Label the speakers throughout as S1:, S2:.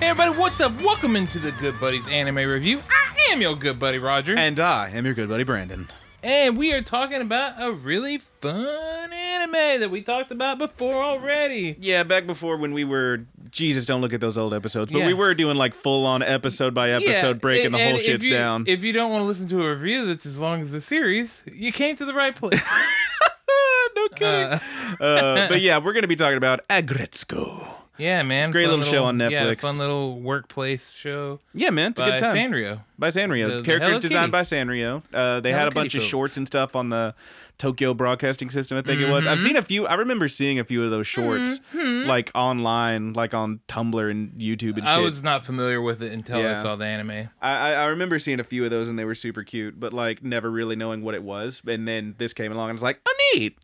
S1: Hey everybody, what's up? Welcome into the Good Buddies Anime Review. I am your good buddy Roger,
S2: And I am your good buddy Brandon.
S1: and we are talking about a really fun anime that we talked about before already.
S2: Yeah, back before when we were Jesus, don't look at those old episodes, but
S1: Yeah.
S2: we were doing like full on episode by episode breaking the
S1: and
S2: whole
S1: if
S2: shits
S1: you-
S2: down.
S1: If you don't want to listen to a review that's as long as the series, you came to the right place.
S2: Ah, no kidding.
S1: Uh,
S2: Uh, but yeah, we're gonna be talking about Agretzko.
S1: yeah, man.
S2: Great
S1: fun
S2: little show on
S1: Yeah,
S2: Netflix.
S1: fun little workplace show
S2: Yeah, man, it's a
S1: by
S2: good time.
S1: Sanrio.
S2: By Sanrio.
S1: The- the
S2: Characters
S1: Hello Kitty.
S2: designed by Sanrio. Uh, they
S1: Hello
S2: had a
S1: Kitty
S2: bunch
S1: folks.
S2: of shorts and stuff on the Tokyo Broadcasting System, I think it was.
S1: Mm-hmm.
S2: I've seen a few. I remember seeing a few of those shorts, like online, like on Tumblr and YouTube and shit.
S1: I was not familiar with it until I
S2: Yeah.
S1: saw the anime.
S2: I, I I remember seeing a few of those and they were super cute, but like never really knowing what it was. And then this came along and it's like, oh neat.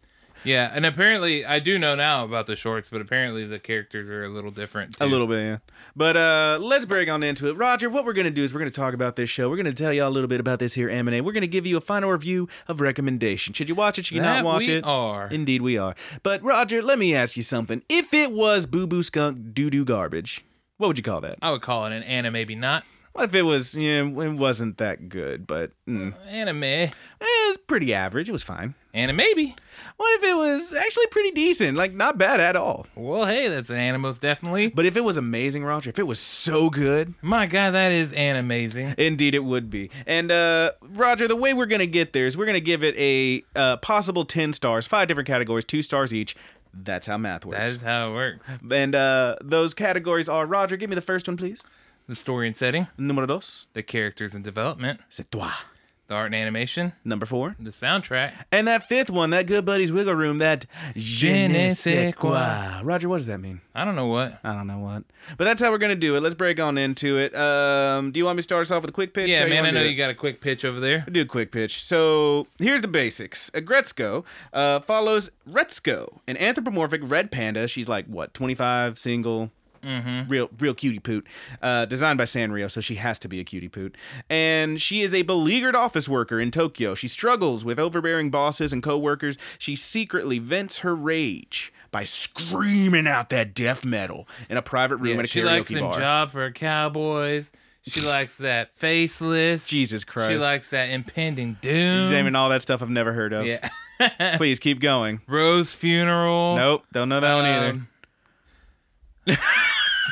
S1: Yeah, and apparently I do know now about the shorts, but apparently the characters are a little different. too.
S2: A little bit, yeah. But uh, let's break on into it. Roger, what we're going to do is we're going to talk about this show. We're going to tell y'all a little bit about this here anime. We're going to give you a final review of recommendation. Should you watch it? Should you
S1: That
S2: not watch
S1: we
S2: it?
S1: are.
S2: Indeed, we are. But Roger, let me ask you something. If it was Boo Boo Skunk Doo Doo Garbage, what would you call that?
S1: I would call it an anime, maybe not
S2: What if it was, yeah, it wasn't that good, but mm,
S1: anime,
S2: it was pretty average. It was fine.
S1: anime. Maybe.
S2: What if it was actually pretty decent? Like, not bad at all.
S1: Well, hey, that's an animals definitely.
S2: But if it was amazing, Roger, if it was so good,
S1: My God, that is an amazing.
S2: indeed it would be. And, uh, Roger, the way we're going to get there is we're going to give it a uh, possible 10 stars, five different categories, two stars each. That's how math works.
S1: That is how it works.
S2: and uh, those categories are Roger, give me the first one, please.
S1: The story and setting,
S2: Numero dos,
S1: the characters and development,
S2: c'est toi.
S1: the art and animation,
S2: Number four.
S1: the soundtrack.
S2: And that fifth one, that good buddy's wiggle room, that je ne sais quoi. Roger, what does that mean?
S1: I don't know what.
S2: I don't know what. But that's how we're gonna do it. Let's break on into it. Um, do you want me to start us off with a quick pitch? How
S1: Yeah, man, I
S2: wanna
S1: know
S2: do it?
S1: you got a quick pitch over there.
S2: Do a quick pitch. So here's the basics. A Gretzko uh, follows Retzko, an anthropomorphic red panda. She's like what, 25, single,
S1: Mm-hmm.
S2: real, real cutie poot. Uh, designed by Sanrio, so she has to be a cutie poot. And she is a beleaguered office worker in Tokyo. She struggles with overbearing bosses and coworkers. She secretly vents her rage by screaming out that death metal in a private room
S1: Yeah,
S2: at a
S1: she
S2: karaoke
S1: likes them
S2: bar.
S1: job for cowboys. She likes that faceless.
S2: Jesus Christ.
S1: She likes that impending doom.
S2: Jamie, all that stuff I've never heard of.
S1: Yeah.
S2: Please keep going.
S1: Rose funeral.
S2: Nope, don't know that one either.
S1: Um,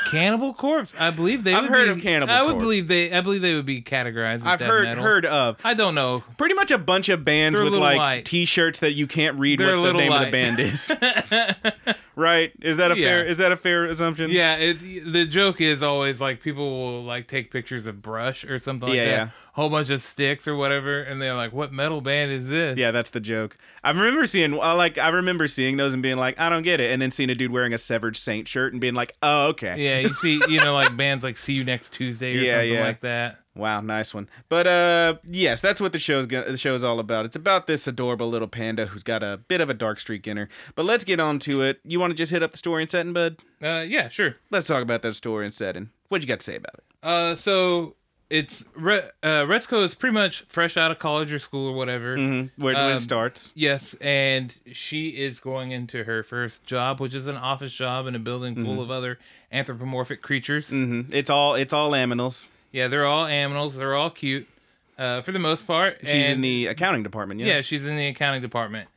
S1: Cannibal Corpse. I believe they.
S2: I've
S1: would
S2: heard
S1: be-
S2: of Cannibal
S1: I would
S2: Corpse.
S1: believe they. I believe they would be categorized. As
S2: I've
S1: death
S2: heard
S1: metal.
S2: heard of
S1: I don't know.
S2: pretty much a bunch of bands
S1: They're a
S2: with
S1: little
S2: like
S1: light.
S2: t-shirts that you can't read
S1: They're a
S2: what the
S1: little
S2: name of
S1: light.
S2: the band is. right? Is that a fair
S1: Yeah.
S2: is that a fair assumption?
S1: Yeah, it, the joke is always like people will like take pictures of brush or something like
S2: Yeah,
S1: that,
S2: yeah.
S1: whole bunch of sticks or whatever, and they're like, "What metal band is this?"
S2: Yeah, that's the joke. I remember seeing I like I remember seeing those and being like, I don't get it. And then seeing a dude wearing a severed saint shirt and being like, Oh, okay.
S1: yeah. You see, you know, like bands like "See You Next Tuesday" or
S2: Yeah,
S1: something
S2: yeah.
S1: like that.
S2: Wow, nice one. But uh yes, that's what the show's go- the show's all about. It's about this adorable little panda who's got a bit of a dark streak in her. But let's get on to it. You want to just hit up the story and setting, bud?
S1: Uh, yeah, sure.
S2: Let's talk about that story and setting. What you got to say about it?
S1: Uh, so it's Re- uh, Resco is pretty much fresh out of college or school or whatever.
S2: Where, when
S1: Um,
S2: it starts.
S1: Yes, and she is going into her first job, which is an office job in a building full
S2: Mm-hmm.
S1: of other anthropomorphic creatures.
S2: Mhm. It's all it's all aminals.
S1: Yeah, they're all animals. They're all cute, uh, for the most part.
S2: She's in
S1: and-
S2: the accounting department. Yes.
S1: yeah, she's in the accounting department,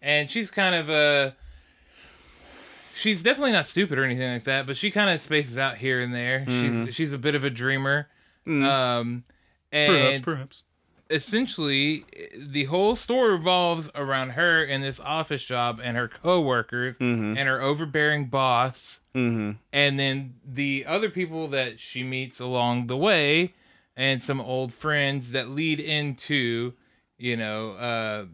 S1: and she's kind of Uh, she's definitely not stupid or anything like that, but she kind of spaces out here and there.
S2: Mm-hmm.
S1: She's she's a bit of a dreamer. Um, and
S2: Mm. perhaps.
S1: essentially the whole story revolves around her in this office job and her coworkers and her overbearing boss and then the other people that she meets along the way and some old friends that lead into you know uh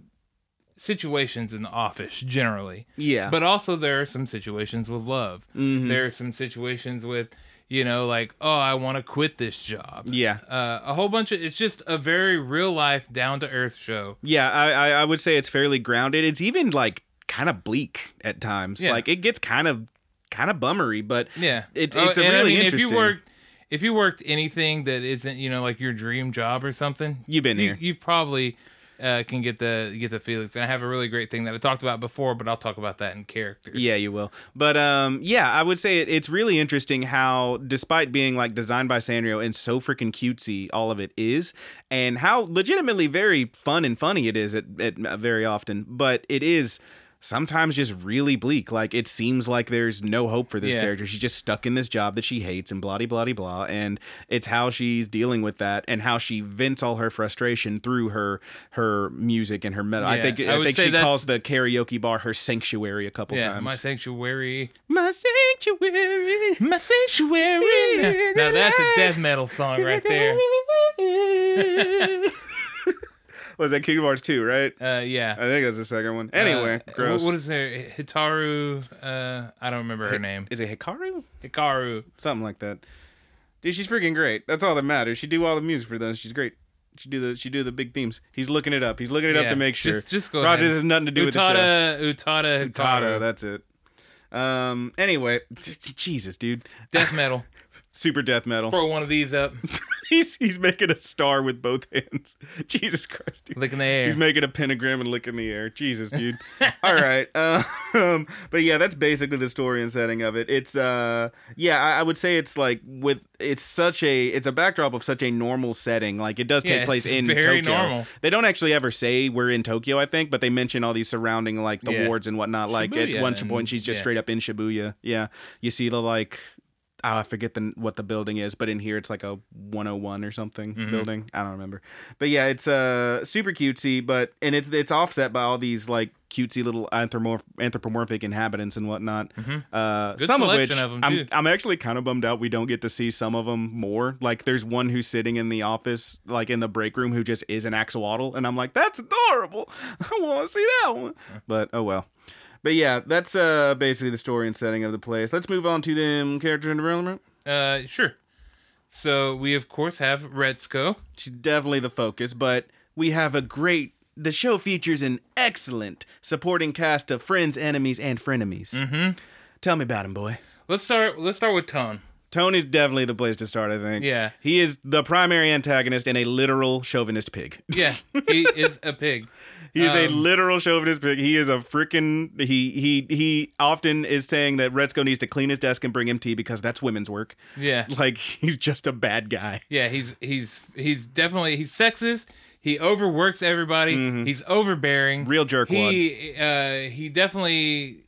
S1: situations in the office generally.
S2: Yeah.
S1: But also there are some situations with love. There are some situations with, you know, like, oh, I want to quit this job.
S2: Yeah.
S1: Uh, a whole bunch of it's just a very real life, down to earth show.
S2: Yeah, I, I I would say it's fairly grounded. It's even like kind of bleak at times.
S1: Yeah.
S2: Like it gets kind of kind of bummery, but
S1: Yeah.
S2: it's
S1: Oh,
S2: it's a
S1: and
S2: really
S1: I mean,
S2: interesting.
S1: If you worked if you worked anything that isn't, you know, like your dream job or something,
S2: You've been
S1: you,
S2: here.
S1: You probably uh, can get the get the Felix. And I have a really great thing that I talked about before, but I'll talk about that in character.
S2: Yeah, you will. But um, yeah, I would say it, it's really interesting how, despite being like designed by Sanrio and so freaking cutesy, all of it is, and how legitimately very fun and funny it is at, at uh, very often. But it is sometimes just really bleak. Like it seems like there's no hope for this
S1: Yeah.
S2: character. She's just stuck in this job that she hates and blah de blah de blah. And it's how she's dealing with that and how she vents all her frustration through her her music and her metal. I
S1: Yeah,
S2: think
S1: I
S2: I,
S1: would
S2: think
S1: say
S2: she
S1: that's-
S2: calls the karaoke bar her sanctuary a couple
S1: Yeah,
S2: times.
S1: my sanctuary.
S2: My sanctuary.
S1: My sanctuary. Now that's a death metal song right there.
S2: Was that Kingdom Hearts 2, right?
S1: Uh, yeah.
S2: I think that's the second one. Anyway,
S1: Uh,
S2: gross.
S1: What, what is her? Hitaru. Uh, I don't remember her name.
S2: is it Hikaru?
S1: Hikaru.
S2: Something like that. Dude, she's freaking great. That's all that matters. She do all the music for those. She's great. She do the she do the big themes. He's looking it up. He's looking it up
S1: Yeah,
S2: to make sure.
S1: just- just go
S2: Roger,
S1: ahead.
S2: this has nothing to do with the show.
S1: Utada. Utada.
S2: Tada,
S1: Hikaru.
S2: that's it. Um. Anyway, Jesus, dude,
S1: Death metal.
S2: super death metal.
S1: Throw one of these up.
S2: he's he's making a star with both hands. Jesus Christ, dude.
S1: Lick in the air.
S2: He's making a pentagram and licking the air. Jesus, dude. All right. Uh, um, but yeah, that's basically the story and setting of it. It's uh, yeah, I, I would say it's like with it's such a it's a backdrop of such a normal setting. Like it does take
S1: Yeah,
S2: place
S1: it's
S2: in
S1: very
S2: Tokyo.
S1: normal.
S2: They don't actually ever say we're in Tokyo, I think, but they mention all these surrounding like the
S1: Yeah.
S2: wards and whatnot. Like at
S1: Shibuya
S2: one
S1: and-
S2: point, she's just
S1: yeah.
S2: straight up in Shibuya. Yeah, you see the like oh, I forget the what the building is, but in here it's like a 101 or something
S1: Mm-hmm.
S2: building. I don't remember. But yeah, it's uh super cutesy, but and it's it's offset by all these like cutesy little anthropomorph- anthropomorphic inhabitants and
S1: Mm-hmm.
S2: whatnot. Uh,
S1: Good
S2: some of which
S1: selection of 'em,
S2: I'm,
S1: too.
S2: I'm actually kind of bummed out we don't get to see some of them more. Like there's one who's sitting in the office, like in the break room, who just is an axolotl, and I'm like, that's adorable. I want to see that one. But oh well. But yeah, that's uh, basically the story and setting of the place. Let's move on to them character development.
S1: Uh, sure. So we of course have Retzko.
S2: She's definitely the focus, but we have a great. The show features an excellent supporting cast of friends, enemies, and frenemies. Mm-hmm. Tell me about him, boy.
S1: Let's start. Let's start with Tone.
S2: Tony's definitely the place to start, I think.
S1: Yeah.
S2: He is the primary antagonist and a literal chauvinist pig.
S1: Yeah, he is a pig.
S2: He is a
S1: Um,
S2: literal chauvinist pig. He is a freaking he he he often is saying that Retzko needs to clean his desk and bring him tea because that's women's work.
S1: Yeah,
S2: Like he's just a bad guy.
S1: yeah. He's he's he's definitely he's sexist. He overworks everybody. He's overbearing.
S2: Mm-hmm. Real jerkwad.
S1: He uh, he definitely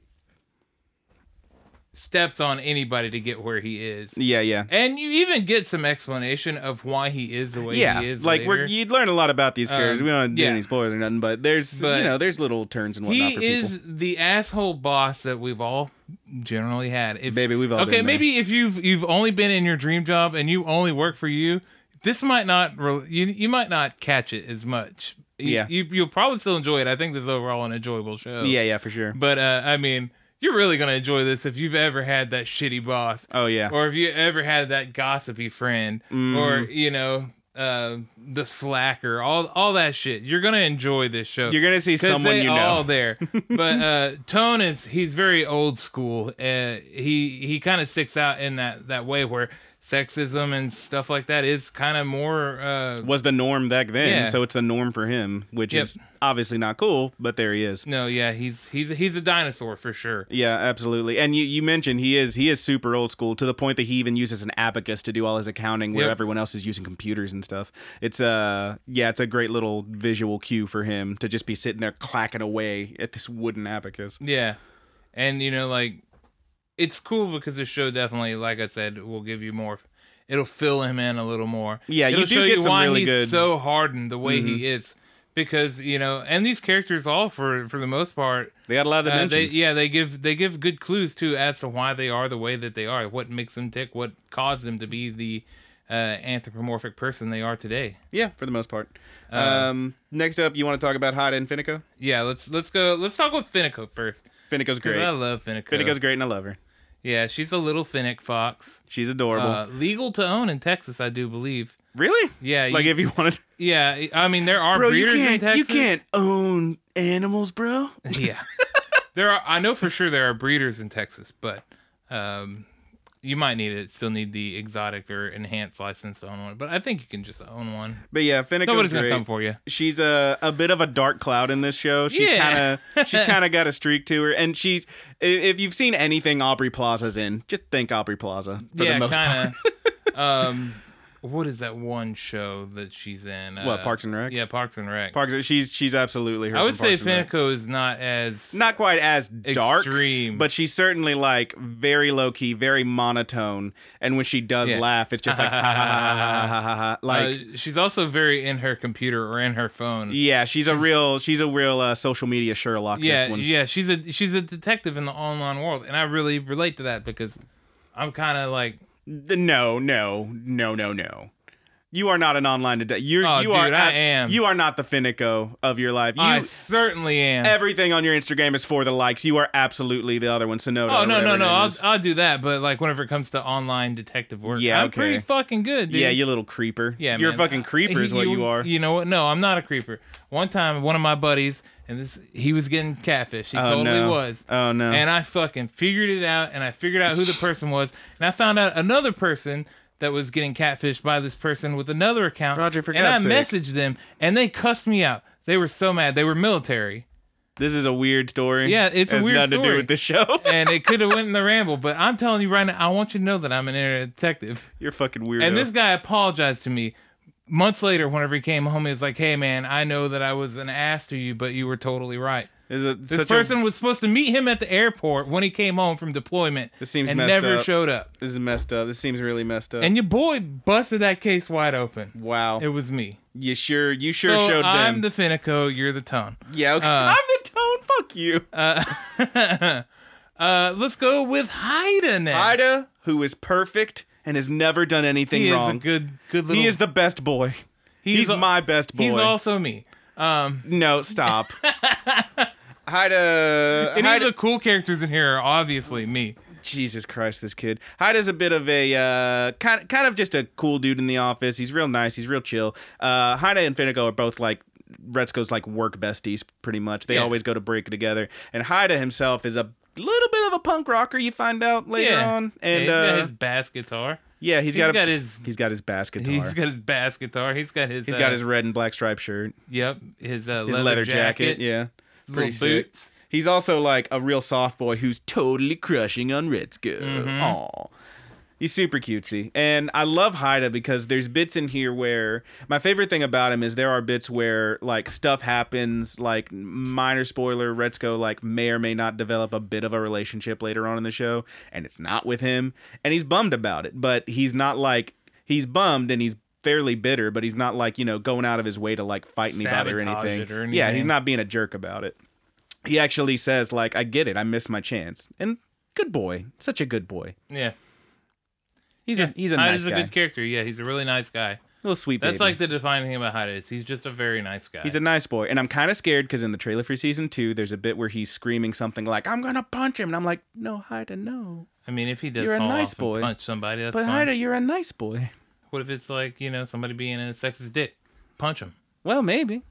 S1: steps on anybody to get where he is.
S2: Yeah, yeah.
S1: And you even get some explanation of why he is the way
S2: Yeah,
S1: he is.
S2: like we're,
S1: later.
S2: you'd learn a lot about these characters. we don't do
S1: yeah.
S2: any spoilers or nothing, but there's
S1: But
S2: you Um, know there's little turns and whatnot for
S1: he is
S2: people.
S1: the asshole boss that we've all generally had. If,
S2: Baby, we've all
S1: okay.
S2: been there.
S1: maybe if you've you've only been in your dream job and you only work for you, this might not re- you you might not catch it as much. You-
S2: Yeah.
S1: you you'll probably still enjoy it. I think this is overall an enjoyable show.
S2: Yeah, yeah, for sure.
S1: but uh, I mean, you're really gonna enjoy this if you've ever had that shitty boss,
S2: Oh yeah,
S1: or if you ever had that gossipy friend, or
S2: Mm.
S1: you know. Uh, the slacker, all all that shit. You're gonna enjoy this show.
S2: you're gonna see
S1: 'Cause
S2: someone
S1: they
S2: you know.
S1: all there. But uh, Tone is he's very old school. Uh, he he kind of sticks out in that that way where sexism and stuff like that is kind of more. Uh,
S2: was the norm back then,
S1: Yeah.
S2: so it's the norm for him, which
S1: Yep.
S2: is obviously not cool. But there he is.
S1: no, yeah, he's he's he's a dinosaur for sure.
S2: Yeah, absolutely. And you, you mentioned he is he is super old school to the point that he even uses an abacus to do all his accounting where
S1: Yep.
S2: everyone else is using computers and stuff. It's uh yeah, it's a great little visual cue for him to just be sitting there clacking away at this wooden abacus.
S1: Yeah, and you know like it's cool because this show definitely, like I said, will give you more. It'll fill him in a little more.
S2: Yeah, you
S1: It'll
S2: do
S1: show
S2: get
S1: you
S2: some
S1: why
S2: really
S1: he's
S2: good- Mm-hmm.
S1: so hardened the way he is. Because you know, and these characters all for for the most part
S2: They got a lot of
S1: Uh, they,
S2: dimensions.
S1: yeah, they give they give good clues too as to why they are the way that they are, what makes them tick, what caused them to be the uh, anthropomorphic person they are today.
S2: Yeah, for the most part.
S1: Uh,
S2: um, next up, you want to talk about Hot and Finico?
S1: Yeah, let's let's go. Let's talk with Finico first.
S2: Finico's
S1: 'cause
S2: great.
S1: I love Finico.
S2: Finico's great, and I love her.
S1: yeah, she's a little Finnick fox.
S2: She's adorable.
S1: Uh, legal to own in Texas, I do believe.
S2: really?
S1: yeah,
S2: Like
S1: you-
S2: if you wanted,
S1: Yeah, I mean there are breeders in Texas.
S2: own animals, bro.
S1: Yeah, there are. I know for sure there are breeders in Texas, but um, you might need it. Still need the exotic or enhanced license to own one. But I think you can just own one.
S2: But yeah, Finnico's
S1: Nobody's
S2: great.
S1: gonna come for you.
S2: she's a a bit of a dark cloud in this show. She's
S1: Yeah.
S2: kind of she's kind of got a streak to her, and she's i- if you've seen anything Aubrey Plaza's in, just think Aubrey Plaza for
S1: yeah,
S2: the most part.
S1: kind of. um, what is that one show that she's in? Uh,
S2: What, Parks and Rec?
S1: Yeah, Parks and Rec.
S2: Parks, she's she's absolutely her.
S1: I would
S2: from
S1: say
S2: Parks and Rec.
S1: Finico is not as
S2: Not quite as dark,
S1: Extreme.
S2: but she's certainly like very low key, very monotone. And when she does
S1: Yeah.
S2: laugh, it's just like ha ha ha ha ha ha. ha. Like
S1: uh, she's also very in her computer or in her phone.
S2: yeah, she's a real she's a real uh, social media Sherlock.
S1: yeah,
S2: this one.
S1: yeah. She's a she's a detective in the online world, and I really relate to that because I'm kind of like,
S2: The- No, no, no, no, no. You are not an online today. You,
S1: Oh,
S2: you
S1: dude,
S2: are.
S1: I
S2: ab-
S1: am.
S2: You are not the Finico of your life. You,
S1: I certainly am.
S2: everything on your Instagram is for the likes. You are absolutely the other one. Sonoda.
S1: oh
S2: or
S1: no,
S2: whatever
S1: no, no.
S2: her name
S1: I'll
S2: is.
S1: I'll do that, but like whenever it comes to online detective work,
S2: Yeah,
S1: I'm
S2: okay.
S1: pretty fucking good, dude.
S2: yeah, you little creeper.
S1: Yeah,
S2: you're
S1: man.
S2: a fucking creeper, is what you, are.
S1: You know what? No, I'm not a creeper. One time, one of my buddies, and this, he was getting catfish. He totally
S2: no.
S1: was.
S2: Oh, no.
S1: And I fucking figured it out, and I figured out who the person was, and I found out another person that was getting catfished by this person with another account.
S2: Roger, for
S1: and
S2: God's
S1: I
S2: sake.
S1: messaged them, and they cussed me out. They were so mad. They were military,
S2: this is a weird story.
S1: Yeah, it's a
S2: Has
S1: weird
S2: nothing to
S1: story.
S2: do with the show.
S1: and it could have went in the ramble. But I'm telling you right now, I want you to know that I'm an internet detective.
S2: you're fucking weirdo.
S1: And this guy apologized to me months later. Whenever he came home, he was like, "Hey, man, I know that I was an ass to you, but you were totally right."
S2: This is a,
S1: This
S2: such
S1: person
S2: A,
S1: was supposed to meet him at the airport when he came home from deployment,
S2: This seems
S1: and
S2: messed
S1: never
S2: up.
S1: showed up.
S2: this is messed up. This seems really messed up.
S1: And your boy busted that case wide open.
S2: wow,
S1: It was me.
S2: you sure you sure
S1: so
S2: showed
S1: I'm
S2: them.
S1: the Finico. You're the tone.
S2: yeah, okay.
S1: uh,
S2: I'm the tone. Fuck you.
S1: Uh, let's go with Haida now.
S2: Ida, who is perfect and has never done anything
S1: he
S2: wrong.
S1: is a good, good little.
S2: he is the best boy. He's,
S1: al-
S2: my best boy.
S1: He's also me.
S2: no, stop. Haida,
S1: Any
S2: Haida
S1: of the cool characters in here are obviously me.
S2: Jesus Christ, this kid. Haida's a bit of a uh, kind, kind of just a cool dude in the office. He's real nice. He's real chill. Uh, Haida and Finico are both like Retzko's like work besties, pretty much. They
S1: Yeah.
S2: always go to break together. And Haida himself is a little bit of a punk rocker. You find out later
S1: yeah.
S2: on,
S1: yeah,
S2: and
S1: he's got
S2: uh,
S1: his bass guitar.
S2: yeah, he's
S1: He's
S2: got,
S1: got,
S2: a,
S1: his
S2: he's got his bass guitar.
S1: He's got his bass guitar. He's got his.
S2: He's
S1: uh,
S2: got his red and black striped shirt,
S1: Yep. His, uh,
S2: his
S1: leather, jacket.
S2: Yeah,
S1: His
S2: pretty
S1: little
S2: sick.
S1: boots.
S2: He's also like a real soft boy who's totally crushing on Retzko.
S1: Mm-hmm.
S2: Aw. He's super cutesy. And I love Haida because there's bits in here where my favorite thing about him is there are bits where like stuff happens, like minor spoiler, Retzko like may or may not develop a bit of a relationship later on in the show, and it's not with him. And he's bummed about it, but he's not like he's bummed and he's fairly bitter, but he's not like, you know, going out of his way to like fight anybody or
S1: Sabotage
S2: anything.
S1: it or
S2: Yeah, he's
S1: anything.
S2: not being a jerk about it he actually says like i get it i missed my chance and good boy such a good boy
S1: Yeah.
S2: he's
S1: yeah.
S2: a he's a
S1: Hyde
S2: nice
S1: is a
S2: guy
S1: good character. Yeah, he's a really nice guy.
S2: little sweet
S1: That's
S2: baby.
S1: like the defining thing about Hyde is he's just a very nice guy.
S2: he's a nice boy and i'm kind of scared because in the trailer for season two there's a bit where he's screaming something like i'm gonna punch him and i'm like no haida no
S1: I mean, if he does
S2: You're a
S1: fall
S2: nice
S1: off and
S2: boy.
S1: punch somebody, that's
S2: but
S1: fine.
S2: haida you're a nice boy
S1: What if it's like you know somebody being a sexist dick? Punch him.
S2: well maybe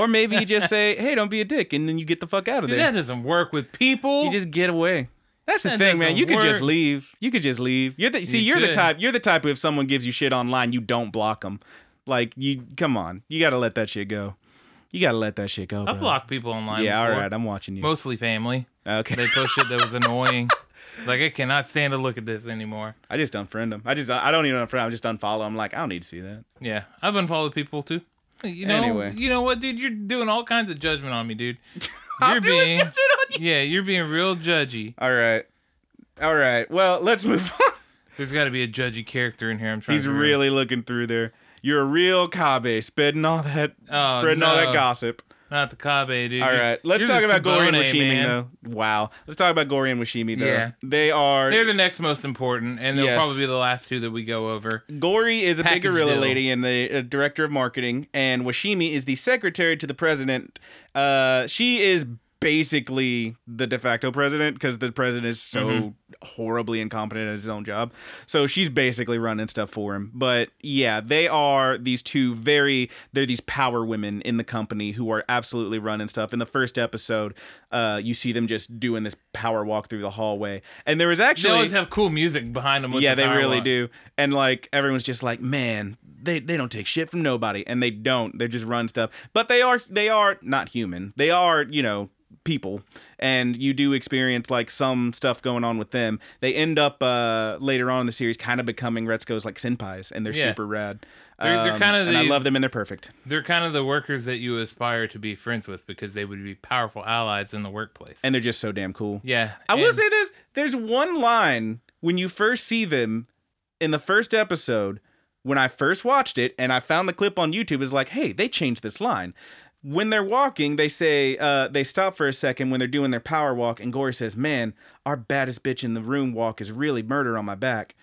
S2: or maybe you just say hey don't be a dick and then you get the fuck out of
S1: Dude,
S2: there
S1: that doesn't work with people.
S2: you just get away that's the
S1: That
S2: thing, man.
S1: doesn't
S2: You could just
S1: work.
S2: leave. You could just leave. You're the, see,
S1: You
S2: you are the
S1: could.
S2: type. You're the type who if someone gives you shit online, you don't block them. Like you, come on, you gotta let that shit go. You gotta let that shit go.
S1: I
S2: bro.
S1: blocked people online.
S2: Yeah, all
S1: before.
S2: right. I'm watching you.
S1: Mostly family. They
S2: okay.
S1: post shit that was annoying. Like I cannot stand to look at this anymore.
S2: I just unfriend them. I just I don't even unfriend. I'm just unfollow. I'm like I don't need to see that.
S1: Yeah, I've unfollowed people too. You know,
S2: Anyway.
S1: you know what, dude? You're doing all kinds of judgment on me, dude.
S2: I'm
S1: You're
S2: doing
S1: being,
S2: judgment on you.
S1: yeah, you're being real judgy.
S2: All right. All right. Well, let's move on.
S1: There's got to be a judgy character in here. I'm trying.
S2: He's
S1: to
S2: really looking through there. You're a real Kabe, spreading all that,
S1: Oh,
S2: spreading all that
S1: no.
S2: gossip.
S1: Not the Kabe, dude.
S2: All right, let's
S1: You're
S2: talk
S1: the
S2: about Gory and
S1: Sibone,
S2: Washimi
S1: man.
S2: though. Wow, let's talk about Gory and Washimi though.
S1: Yeah.
S2: They are
S1: They're the next most important, and they'll
S2: Yes.
S1: probably be the last two that we go over.
S2: Gory is a big
S1: Package
S2: gorilla
S1: deal.
S2: lady and the uh, director of marketing, and Washimi is the secretary to the president. Uh, she is basically the de facto president because the president is so
S1: Mm-hmm.
S2: horribly incompetent at his own job. So she's basically running stuff for him. But yeah, they are these two very they're these power women in the company who are absolutely running stuff. In the first episode, uh, you see them just doing this power walk through the hallway, and there was
S1: They
S2: actually
S1: always have cool music behind them. With
S2: yeah,
S1: the
S2: they
S1: power
S2: really
S1: walk.
S2: do. And like everyone's just like, man, they, they don't take shit from nobody, and they don't. They just run stuff. But they are they are not human. They are you know people, and you do experience like some stuff going on with them. They end up uh, later on in the series kind of becoming Retzko's like senpais, and they're
S1: Yeah.
S2: super rad.
S1: They're- they're
S2: Um,
S1: kinda
S2: and I
S1: the-
S2: love them, and they're perfect.
S1: They're kind of the workers that you aspire to be friends with because they would be powerful allies in the workplace.
S2: And they're just so damn cool.
S1: yeah,
S2: I will
S1: and-
S2: say this: there's one line when you first see them in the first episode. When I first watched it, and I found the clip on YouTube, is like, hey, they changed this line. When they're walking, they say uh, they stop for a second when they're doing their power walk, and Gory says, "Man, our baddest bitch in the room walk is really murder on my back."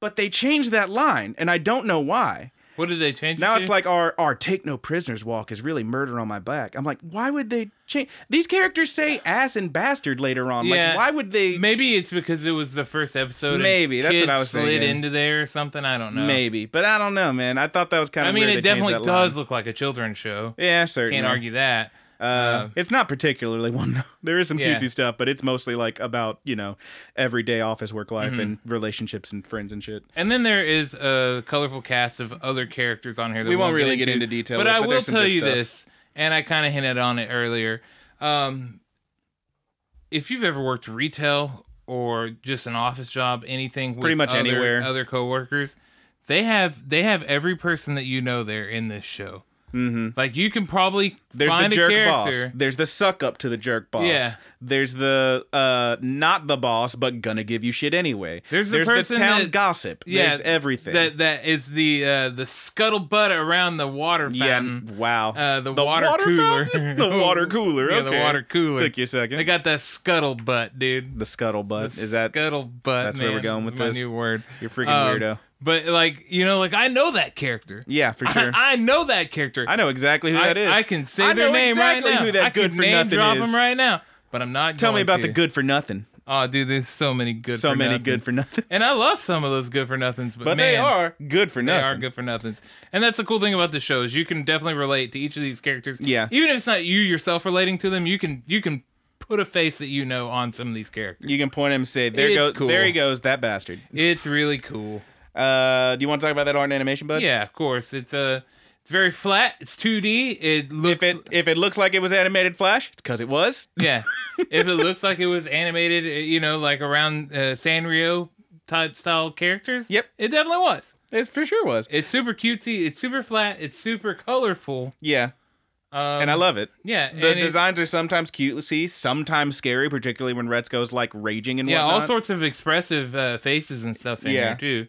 S2: But they changed that line, and I don't know why.
S1: What did they change? it
S2: Now
S1: to?
S2: it's like our our take no prisoners walk is really murder on my back. I'm like, why would they change? These characters say ass and bastard later on.
S1: Yeah.
S2: Like, why would they?
S1: maybe it's because it was the first episode. and
S2: Maybe, that's what
S1: kids
S2: I was
S1: slid
S2: thinking.
S1: into there or something. I don't know.
S2: Maybe, but I don't know, man. I thought that was kind
S1: I
S2: of.
S1: mean,
S2: weird
S1: it
S2: they changed
S1: definitely
S2: that line.
S1: does look like a children's show.
S2: Yeah, certainly.
S1: Can't argue that.
S2: Uh, it's not particularly one. though. There is some
S1: Yeah.
S2: cutesy stuff, but it's mostly like about you know everyday office work life
S1: Mm-hmm.
S2: and relationships and friends and shit.
S1: And then there is a colorful cast of other characters on here. That
S2: We won't really get into detail
S1: but
S2: with,
S1: I
S2: but
S1: will
S2: there's some
S1: tell
S2: good
S1: you
S2: stuff.
S1: this, and I kind of hinted on it earlier. Um, if you've ever worked retail or just an office job, anything, with
S2: Pretty much
S1: other-
S2: anywhere.
S1: other coworkers, they have they have every person that you know there in this show. Mm-hmm. Like you can probably
S2: There's
S1: find
S2: the jerk
S1: a
S2: boss.
S1: character.
S2: There's the suck up to the jerk boss.
S1: Yeah.
S2: There's the uh not the boss, but gonna give you shit anyway.
S1: There's the person
S2: town
S1: that-
S2: gossip.
S1: Yeah,
S2: There's everything.
S1: That that is the uh, the scuttlebutt around the water
S2: yeah.
S1: fountain.
S2: Wow.
S1: Uh, the, water, cooler. Oh,
S2: fountain? the water cooler.
S1: yeah,
S2: okay.
S1: the water cooler.
S2: Took you a second.
S1: They got that scuttlebutt, dude.
S2: the scuttlebutt.
S1: The
S2: Is that
S1: scuttlebutt?
S2: that's where we're
S1: man,
S2: going
S1: is
S2: with
S1: my
S2: this?
S1: new word.
S2: You're freaking
S1: Um,
S2: weirdo.
S1: But like, you know, like I know that character.
S2: Yeah, for sure. I,
S1: I, I know that character.
S2: know exactly who
S1: I,
S2: that is.
S1: I can say
S2: I
S1: their
S2: know
S1: name
S2: exactly
S1: right now.
S2: who that
S1: I
S2: good
S1: could
S2: for
S1: name
S2: nothing
S1: drop
S2: is.
S1: them right now. But I'm not.
S2: Tell me
S1: going
S2: about
S1: to.
S2: the good for nothing.
S1: Oh, dude, there's so many good.
S2: So
S1: for
S2: many
S1: nothings.
S2: good for nothing.
S1: And I love some of those good for nothings. But,
S2: But
S1: man,
S2: they are good for
S1: They
S2: nothing.
S1: are good for nothings. And that's the cool thing about the show is you can definitely relate to each of these characters.
S2: Yeah.
S1: Even if it's not you yourself relating to them, you can you can put a face that you know on some of these characters.
S2: You can point at him and say, "There
S1: It's
S2: goes,
S1: cool.
S2: there he goes, that bastard."
S1: It's really cool.
S2: Uh, do you want to talk about that art and animation, bud?
S1: Yeah, of course. It's uh, it's very flat. It's 2D. It looks
S2: If it if it looks like it was animated Flash, it's because it was.
S1: yeah. if it looks like it was animated, uh, you know, like around uh, Sanrio type style characters.
S2: Yep.
S1: It definitely was.
S2: It for sure was.
S1: It's super cutesy. It's super flat. It's super colorful.
S2: Yeah,
S1: Um,
S2: and I love it.
S1: yeah
S2: The
S1: and it-
S2: designs are sometimes cute, see, sometimes scary, particularly when Retzko's like raging and
S1: Yeah,
S2: whatnot.
S1: all sorts of expressive uh, faces and stuff in
S2: Yeah.
S1: here too.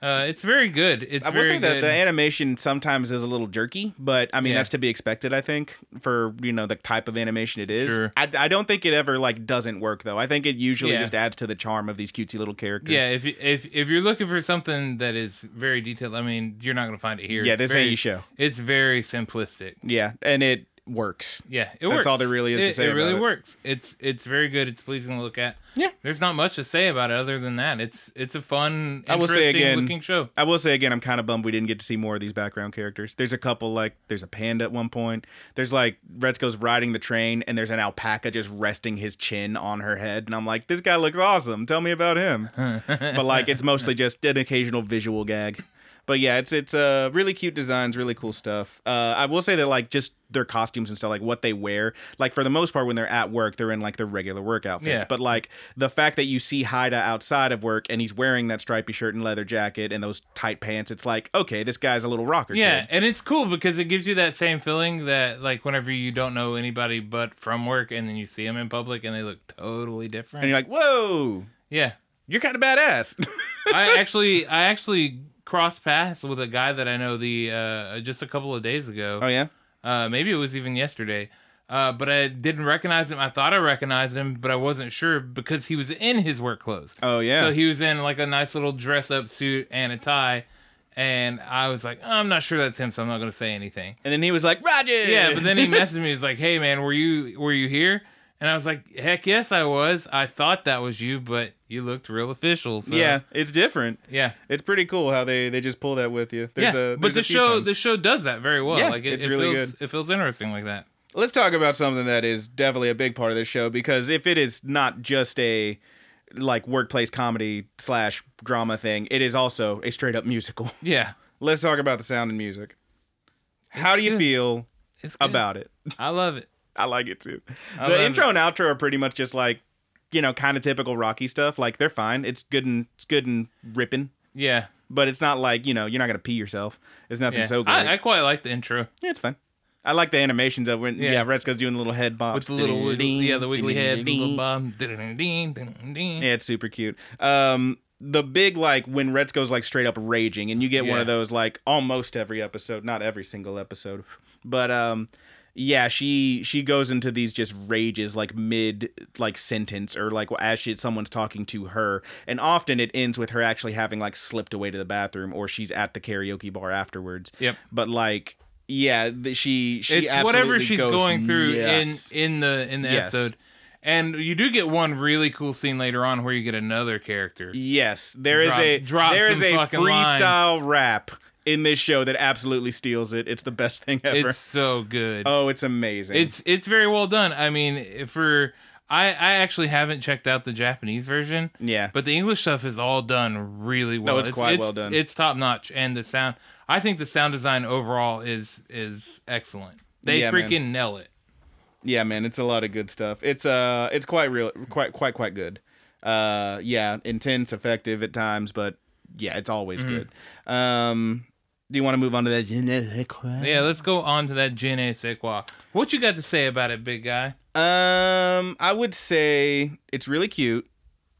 S1: Uh, it's very good. It's
S2: I will
S1: very
S2: say that
S1: good.
S2: the animation sometimes is a little jerky, but I mean
S1: Yeah.
S2: that's to be expected. I think for you know the type of animation it is.
S1: Sure.
S2: I, I don't think it ever like doesn't work though. I think it usually
S1: Yeah.
S2: just adds to the charm of these cutesy little characters.
S1: yeah, if you- if if you're looking for something that is very detailed, I mean, you're not gonna find it here.
S2: Yeah,
S1: It's
S2: this ain't
S1: very,
S2: your show.
S1: It's very simplistic.
S2: yeah, and it works.
S1: Yeah, it
S2: That's
S1: works.
S2: all there really is to
S1: It-
S2: say
S1: It
S2: about
S1: really
S2: it.
S1: works. It's it's very good. It's pleasing to look at.
S2: Yeah.
S1: There's not much to say about it other than that. It's it's a fun,
S2: I will say
S1: interesting
S2: again-
S1: looking show.
S2: I will say again, I'm kind of bummed we didn't get to see more of these background characters. There's a couple like there's a panda at one point. There's like Retzko's riding the train, and there's an alpaca just resting his chin on her head, and I'm like, this guy looks awesome. Tell me about him. but like, it's mostly just an occasional visual gag. But yeah, it's it's uh really cute designs, really cool stuff. Uh, I will say that like just their costumes and stuff, like what they wear, like for the most part when they're at work, they're in like their regular work outfits.
S1: Yeah.
S2: But but like the fact that you see Haida outside of work and he's wearing that stripy shirt and leather jacket and those tight pants, it's like, okay, this guy's a little rocker.
S1: Yeah,
S2: kid.
S1: and it's cool because it gives you that same feeling that like whenever you don't know anybody but from work, and then you see them in public and they look totally different.
S2: And you're like, whoa,
S1: yeah,
S2: you're kind of badass.
S1: I actually, I actually crossed paths with a guy that I know the uh, just a couple of days ago.
S2: oh, yeah.
S1: Uh, maybe it was even yesterday. Uh, but I didn't recognize him. I thought I recognized him, but I wasn't sure because he was in his work clothes.
S2: Oh, yeah.
S1: So he was in like a nice little dress up suit and a tie. And I was like, "Oh, I'm not sure that's him, so I'm not gonna say anything.
S2: And then he was like, Roger.
S1: Yeah, but then he messaged me. He's like, "Hey man, were you were you here?" And I was like, "Heck yes, I was. I thought that was you, but you looked real official." So.
S2: yeah, it's different.
S1: yeah,
S2: It's pretty cool how they they just pull that with you. There's
S1: yeah.
S2: a,
S1: but
S2: there's a
S1: the
S2: few
S1: show
S2: times.
S1: the show does that very well.
S2: Yeah,
S1: like it,
S2: it's
S1: it
S2: really
S1: feels,
S2: good.
S1: It feels interesting like that.
S2: let's talk about something that is definitely a big part of this show because if it is not just a like workplace comedy slash drama thing, it is also a straight up musical.
S1: Yeah,
S2: let's talk about the sound and music. How do you
S1: good.
S2: feel
S1: it's good.
S2: about it?
S1: I love it.
S2: I like it too.
S1: I
S2: the
S1: love
S2: intro and outro are pretty much just like, you know, kind of typical Rocky stuff. Like they're fine. It's good and it's good and ripping,
S1: Yeah,
S2: but it's not like you know you're not gonna pee yourself. It's nothing
S1: yeah.
S2: so good.
S1: I, I quite like the intro
S2: yeah, it's fine. I like the animations of when yeah,
S1: Yeah.
S2: Retzko's doing the little head bob
S1: with the little wiggle- yeah the wiggly head, the little bomb. Yeah,
S2: Yeah, it's super cute. Um, the big like when Retzko's like straight up raging, and you get one
S1: Yeah.
S2: of those like almost every episode, not every single episode, but um, yeah, she she goes into these just rages like mid like sentence or like as she, someone's talking to her, and often it ends with her actually having like slipped away to the bathroom or she's at the karaoke bar afterwards.
S1: Yep.
S2: But like. Yeah, th- she she
S1: it's whatever
S2: absolutely
S1: she's
S2: goes
S1: going through
S2: nuts.
S1: in in the in the
S2: Yes.
S1: episode. And you do get one really cool scene later on where you get another character.
S2: Yes, there is
S1: Drop-
S2: a
S1: drop
S2: there is
S1: some
S2: a
S1: fucking lines.
S2: freestyle rap in this show that absolutely steals it. It's the best thing ever.
S1: It's so good.
S2: oh, it's amazing.
S1: It's it's very well done. I mean, for I I actually haven't checked out the Japanese version.
S2: Yeah.
S1: But the English stuff is all done really well.
S2: it's quite well done.
S1: It's top notch, and the sound. I think the sound design overall is is excellent. They
S2: Yeah, man.
S1: freaking nail it.
S2: yeah, man, it's a lot of good stuff. It's uh it's quite real quite quite quite good. Uh yeah, intense, effective at times, but yeah, it's always
S1: Mm-hmm.
S2: good. Um do you want to move on to that?
S1: Yeah, let's go on to that Gen A Sequa. What you got to say about it, big guy?
S2: Um, I would say it's really cute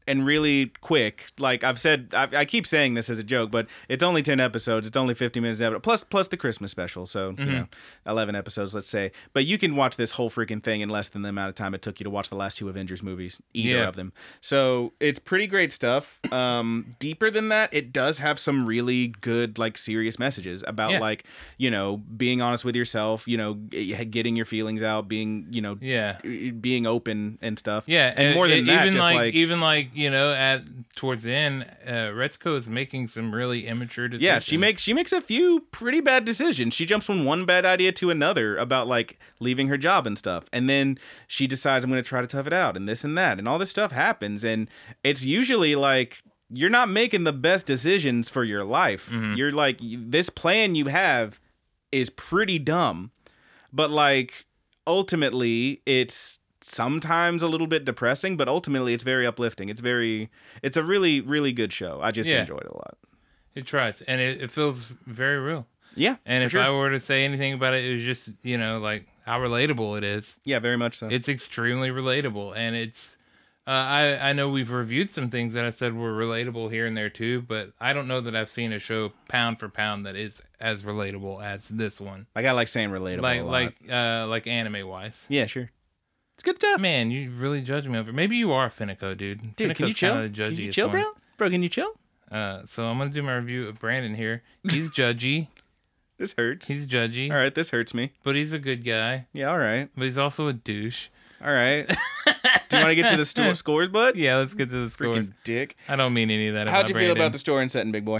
S2: and really quick. Like I've said, I, I keep saying this as a joke, but it's only ten episodes. It's only fifty minutes. Episode, plus, plus the Christmas special, so
S1: Mm-hmm.
S2: you know, eleven episodes, let's say. But you can watch this whole freaking thing in less than the amount of time it took you to watch the last two Avengers movies, either
S1: Yeah.
S2: of them. So it's pretty great stuff. Um, deeper than that, it does have some really good, like, serious messages about
S1: Yeah.
S2: like you know being honest with yourself, you know, g- getting your feelings out, being you know
S1: Yeah.
S2: uh, being open and stuff.
S1: Yeah,
S2: and more
S1: e-
S2: than that,
S1: even
S2: just like,
S1: like, even like you know, at towards the end, uh, Retzko is making some really immature decisions.
S2: yeah, she makes she makes a few pretty bad decisions. She jumps from one bad idea to another about like leaving her job and stuff, and then she decides I'm going to try to tough it out and this and that, and all this stuff happens, and it's usually like you're not making the best decisions for your life.
S1: Mm-hmm.
S2: You're like this plan you have is pretty dumb. but like ultimately it's sometimes a little bit depressing but ultimately it's very uplifting it's very it's a really really good show i just
S1: Yeah.
S2: enjoyed it a lot
S1: it tries, and it, it feels very real.
S2: yeah
S1: And
S2: for
S1: if
S2: sure.
S1: I were to say anything about it, it was just you know like how relatable it is.
S2: yeah very much so
S1: It's extremely relatable, and it's. Uh, I I know we've reviewed some things that I said were relatable here and there too, but I don't know that I've seen a show pound for pound that is as relatable as this one.
S2: like i like saying relatable
S1: Like
S2: a lot.
S1: like uh like anime wise.
S2: yeah sure it's good stuff
S1: Man, you really judge me over. Maybe you are a Finico, dude.
S2: dude can you
S1: Finico's
S2: chill
S1: kinda the
S2: can you
S1: judgiest
S2: chill
S1: one.
S2: bro bro can you chill
S1: Uh, so I'm gonna do my review of Brandon here. He's judgy.
S2: this hurts
S1: He's judgy,
S2: all right this hurts me
S1: but he's a good guy.
S2: yeah all right
S1: But he's also a douche.
S2: all right do you want to get to the store scores bud
S1: Yeah, let's get to the scores.
S2: freaking dick
S1: I don't mean any of that.
S2: how'd
S1: about
S2: you feel about
S1: Brandon.
S2: the store and setting big boy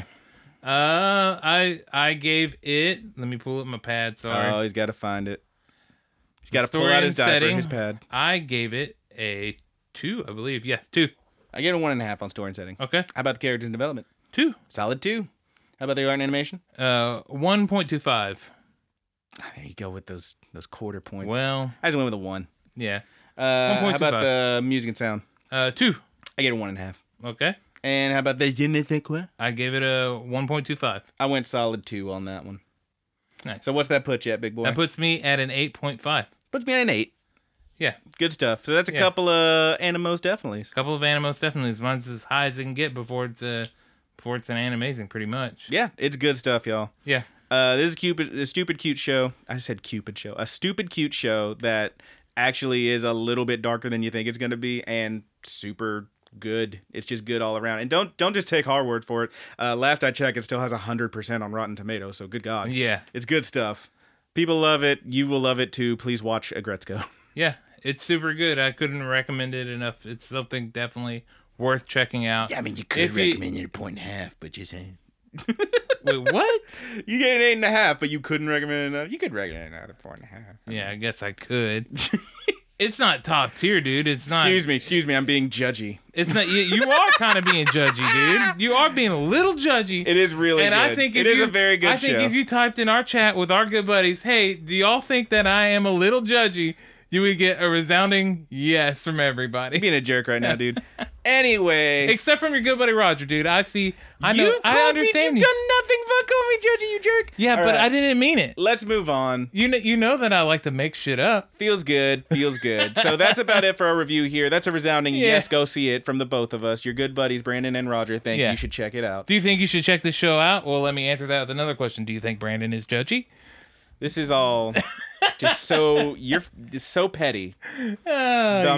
S1: Uh, I I gave it. Let me pull up my pad. Sorry.
S2: oh he's got to find it he's got to pull
S1: Story
S2: out
S1: and
S2: his diaper
S1: setting.
S2: his pad
S1: I gave it a two, I believe. Yes, two.
S2: I gave it a one and a half on story and setting.
S1: Okay,
S2: How about the characters and development?
S1: two.
S2: Solid two. How about the art and animation?
S1: Uh, one point two five.
S2: Ah, There you go with those those quarter points.
S1: Well,
S2: I just went with a one.
S1: yeah.
S2: Uh, how about
S1: 1.25.
S2: the music and sound?
S1: Uh, two.
S2: I get a one and a half.
S1: Okay,
S2: And how about the je ne sais quoi?
S1: I gave it a one point two five.
S2: I went solid two on that one.
S1: Nice.
S2: So what's that put you at, big boy?
S1: That puts me at an eight point five.
S2: puts me at an eight.
S1: Yeah,
S2: Good stuff. So that's a
S1: Yeah.
S2: couple of animos definitely.
S1: a couple of animals definitely. Mine's as uh, high as it can get before it's a before it's an animazing, pretty much.
S2: Yeah, it's good stuff, y'all.
S1: Yeah.
S2: Uh, this is Cupid, a stupid cute show. I said Cupid show. A stupid cute show that actually is a little bit darker than you think it's going to be, and super good. It's just good all around. And don't don't just take our word for it. Uh, last I checked, it still has hundred percent on Rotten Tomatoes. So good God,
S1: Yeah.
S2: it's good stuff. People love it. You will love it too. Please watch Agretzko.
S1: Yeah, it's super good. I couldn't recommend it enough. It's something definitely worth checking out.
S2: mean, you
S1: If you- recommend
S2: it a point and a half, but just saying.
S1: Wait, what?
S2: You get an eight and a half, but you couldn't recommend enough. You could recommend another four and a half.
S1: Yeah, I guess I could. it's not top tier, dude. It's not.
S2: Excuse me, excuse me. I'm being judgy.
S1: It's not. You, you are kind of being judgy, dude. You are being a little judgy.
S2: It is really
S1: and
S2: good.
S1: I think
S2: it
S1: if
S2: is
S1: you,
S2: a very good
S1: I think
S2: show.
S1: if you typed in our chat with our good buddies, hey, do y'all think that I am a little judgy? You would get a resounding yes from everybody,
S2: being a jerk right now, dude. anyway,
S1: except from your good buddy Roger, dude. I see. I know.
S2: you
S1: I
S2: called
S1: understand
S2: me,
S1: you.
S2: You've done nothing but call me judgy, you jerk.
S1: yeah,
S2: All
S1: but
S2: right,
S1: I didn't mean it.
S2: Let's move on.
S1: You know, you know that I like to make shit up.
S2: Feels good. Feels good. so that's about it for our review here. That's a resounding
S1: Yeah.
S2: yes. Go see it from the both of us. Your good buddies, Brandon and Roger. Thank
S1: Yeah.
S2: you. You should check it out.
S1: Do you think you should check this show out? Well, let me answer that with another question. Do you think Brandon is judgy?
S2: This is all just so you're just so petty.
S1: Uh,
S2: The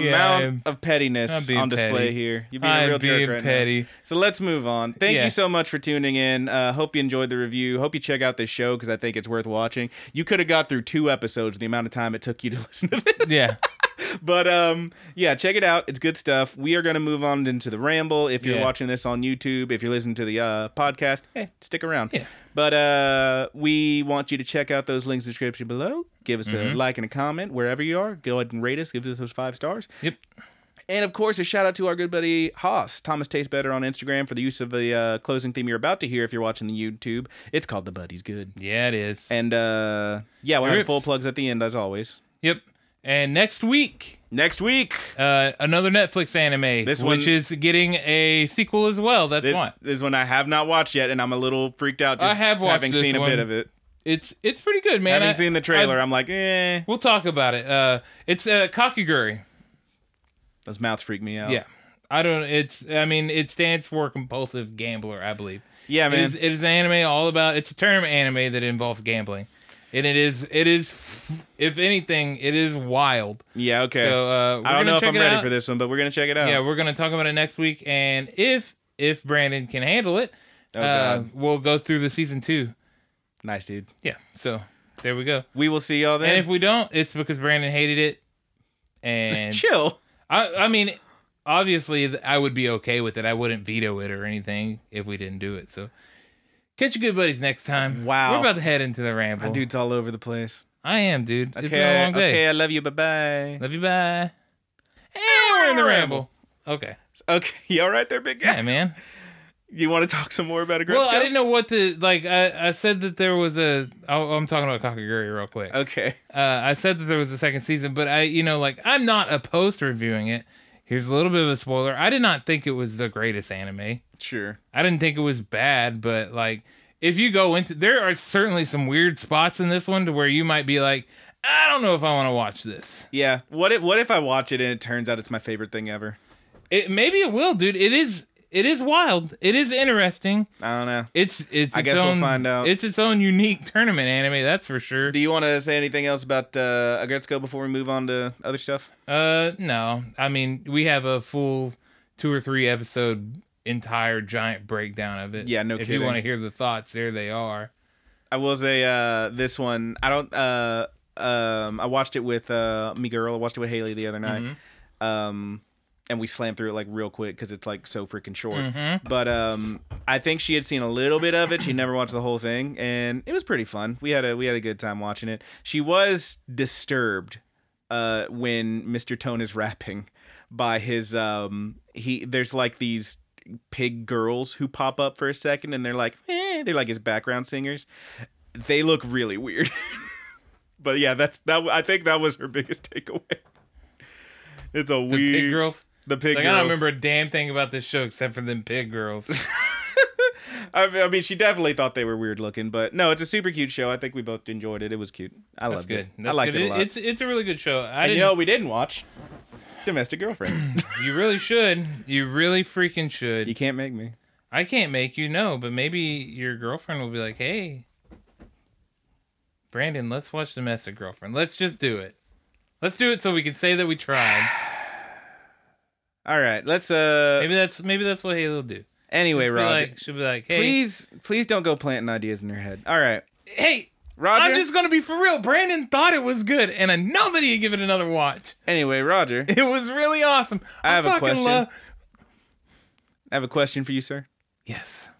S1: yeah,
S2: amount
S1: I'm-
S2: of pettiness
S1: I'm being
S2: on display
S1: petty.
S2: here. You're being
S1: I'm
S2: a real
S1: being
S2: jerk right
S1: petty.
S2: now. So let's move on. Thank
S1: Yeah.
S2: you so much for tuning in. Uh, hope you enjoyed the review. Hope you check out this show because I think it's worth watching. You could have got through two episodes the amount of time it took you to listen to this.
S1: yeah.
S2: But um, yeah, check it out. It's good stuff. We are going to move on into the ramble. If you're
S1: Yeah.
S2: watching this on YouTube, if you're listening to the uh, podcast, hey, stick around.
S1: Yeah.
S2: But uh, we want you to check out those links in the description below. Give us
S1: Mm-hmm.
S2: a like and a comment wherever you are. Go ahead and rate us. Give us those five stars.
S1: Yep.
S2: And of course, a shout out to our good buddy Haas, Thomas Tastes Better on Instagram, for the use of the uh, closing theme you're about to hear if you're watching the YouTube. It's called The Buddy's Good.
S1: Yeah, it is.
S2: And uh, yeah, we're having
S1: rips.
S2: full plugs at the end, as always.
S1: Yep. And next week,
S2: Next week.
S1: uh, another Netflix anime,
S2: This one-
S1: which is getting a sequel as well. That's
S2: This,
S1: why
S2: this one I have not watched yet, and I'm a little freaked out just
S1: I have watched
S2: having
S1: this
S2: seen a
S1: one.
S2: bit of it.
S1: it's it's pretty good, man.
S2: having
S1: I-
S2: seen the trailer,
S1: I-
S2: I, am like, eh.
S1: we'll talk about it. Uh, it's uh, Kakiguri.
S2: Those mouths freak me out.
S1: Yeah, I don't. It's I mean, it stands for compulsive gambler, I believe.
S2: Yeah,
S1: It
S2: man.
S1: is, it is an anime all about. It's a term anime that involves gambling, and it is it is f- if anything, it is wild.
S2: yeah, okay.
S1: So uh, we're
S2: I don't
S1: gonna
S2: know if
S1: check
S2: I'm
S1: it
S2: ready
S1: out.
S2: for this one, but we're going to check it out.
S1: Yeah, we're gonna talk about it next week, and if if Brandon can handle it, uh,
S2: Oh, God.
S1: we'll go through the season two.
S2: nice, dude.
S1: Yeah, so there we go.
S2: We will see y'all then.
S1: And if we don't, it's because Brandon hated it. And
S2: Chill.
S1: I, I mean, obviously, th- I would be okay with it. I wouldn't veto it or anything if we didn't do it. So catch you good buddies next time.
S2: Wow.
S1: we're about to head into the ramble.
S2: Dude's all over the place.
S1: I am, dude. It's been a
S2: Okay,
S1: long day.
S2: okay, I love you. Bye bye.
S1: Love you. Bye. And we're in the ramble. Okay.
S2: Okay, you all right there, big guy?
S1: Yeah, man.
S2: You want to talk some more about Agretzko?
S1: Well, I didn't know what to like. I, I said that there was a. Oh, I'm talking about Kakaguri real quick.
S2: Okay.
S1: Uh, I said that there was a second season, but I, you know, like I'm not opposed to reviewing it. Here's a little bit of a spoiler. I did not think it was the greatest anime.
S2: Sure.
S1: I didn't think it was bad, but like if you go into, there are certainly some weird spots in this one to where you might be like, I don't know if I want to watch this.
S2: Yeah. What if What if I watch it and it turns out it's my favorite thing ever?
S1: It maybe it will, dude. It is. It is wild. It is interesting.
S2: I don't know.
S1: It's it's.
S2: I
S1: its
S2: guess we'll
S1: own-
S2: find out.
S1: It's its own unique tournament anime. That's for sure.
S2: Do you want to say anything else about uh, Agretzko before we move on to other stuff?
S1: Uh, no. I mean, we have a full two or three episode entire giant breakdown of it.
S2: Yeah, no
S1: If
S2: kidding.
S1: you want to hear the thoughts, there they are.
S2: I will say uh, this one. I don't. Uh, um, I watched it with uh, me girl. I watched it with Haley the other night. Um, and we slammed through it like real quick because it's like so freaking short.
S1: Mm-hmm.
S2: But um, I think she had seen a little bit of it. She never watched the whole thing, and it was pretty fun. We had a we had a good time watching it. She was disturbed uh, when Mr. Tone is rapping by his um he there's like these pig girls who pop up for a second and they're like eh, they're like his background singers they look really weird but yeah that's that i think that was her biggest takeaway it's a
S1: The
S2: weird
S1: pig girls.
S2: the pig
S1: Like
S2: girls
S1: I don't remember a damn thing about this show except for them pig girls.
S2: I, I mean she definitely thought they were weird looking but no it's a super cute show i think we both enjoyed it it was cute i
S1: That's
S2: loved
S1: good.
S2: it
S1: That's
S2: i liked
S1: good.
S2: it a lot
S1: It's it's a really good show. I
S2: and
S1: didn't.
S2: you know what we didn't watch domestic girlfriend
S1: you really should. You really freaking should.
S2: you can't make me
S1: I can't make you know, but maybe your girlfriend will be like, "Hey, Brandon, let's watch Domestic Girlfriend. Let's just do it. Let's do it so we can say that we tried.
S2: All right, let's. Uh,
S1: Maybe that's maybe that's what Haley'll do.
S2: anyway,
S1: She'll be
S2: Roger,
S1: like, she'll be like, hey,
S2: please, please don't go planting ideas in your head. All right,
S1: hey,
S2: Roger.
S1: I'm just gonna be for real. Brandon thought it was good, and I know that he'd give it another watch.
S2: Anyway, Roger,
S1: It was really awesome.
S2: I have a
S1: fucking
S2: question.
S1: love.
S2: I have a question for you, sir.
S1: Yes.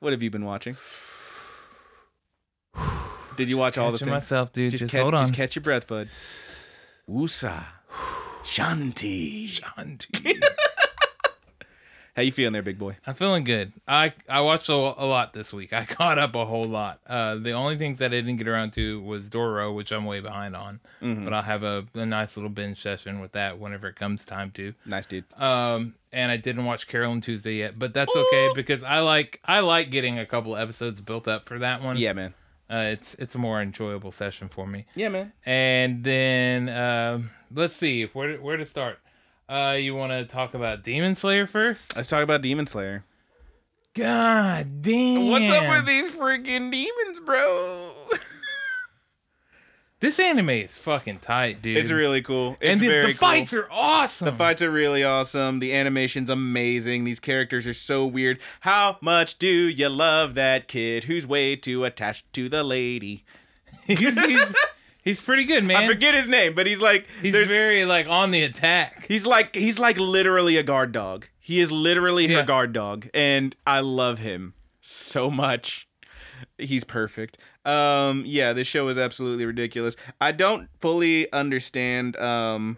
S2: What have you been watching? Did you watch all the
S1: Catching
S2: things?
S1: myself, dude. Just,
S2: just, catch,
S1: hold on.
S2: just catch your breath, bud. Woosa. Shanti.
S1: Shanti.
S2: How you feeling there, big boy?
S1: I'm feeling good. I I watched a, a lot this week. I caught up a whole lot. Uh, the only things that I didn't get around to was Doro, which I'm way behind on, but I'll have a, a nice little binge session with that whenever it comes time to.
S2: Nice dude.
S1: Um, and I didn't watch Carolyn Tuesday yet, but that's okay because I like I like getting a couple episodes built up for that one.
S2: Yeah, man.
S1: uh, it's it's a more enjoyable session for me.
S2: Yeah, man.
S1: And then um, let's see where to- where to start. Uh, you want to talk about Demon Slayer first?
S2: Let's talk about Demon Slayer.
S1: God damn!
S2: these freaking demons, bro?
S1: This anime is fucking tight, dude.
S2: it's really cool.
S1: and
S2: It's
S1: the,
S2: very
S1: the fights are awesome.
S2: The fights are really awesome. The animation's amazing. These characters are so weird. How much do you love that kid who's way too attached to the lady?
S1: he's, he's, he's pretty good,
S2: I
S1: man.
S2: forget his name, but he's like
S1: He's
S2: there's
S1: very like on the attack.
S2: He's like he's like literally a guard dog. He is literally
S1: Yeah.
S2: her guard dog, and I love him so much. He's perfect. Um, yeah, this show is absolutely ridiculous. I don't fully understand. Um,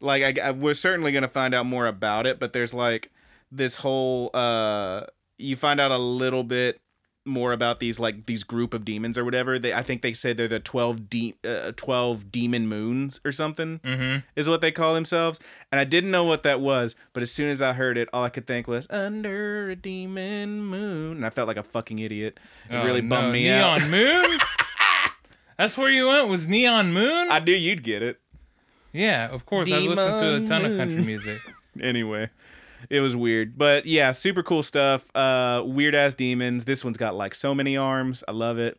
S2: like I, I- we're certainly gonna find out more about it, but there's like this whole uh, you find out a little bit more about these like these group of demons or whatever. They I think they said they're the twelve de- uh, twelve demon moons or something
S1: Mm-hmm.
S2: is what they call themselves. And I didn't know what that was, but as soon as I heard it, all I could think was under a demon moon. And I felt like a fucking idiot. It really bummed me
S1: Oh, Neon
S2: out.
S1: Moon. That's where you went. Was Neon Moon?
S2: I knew you'd get it.
S1: yeah, of course. I listened to a
S2: Demon
S1: ton of country
S2: Moon.
S1: music.
S2: Anyway, it was weird. But yeah, super cool stuff. Uh weird ass demons. This one's got like so many arms. I love it.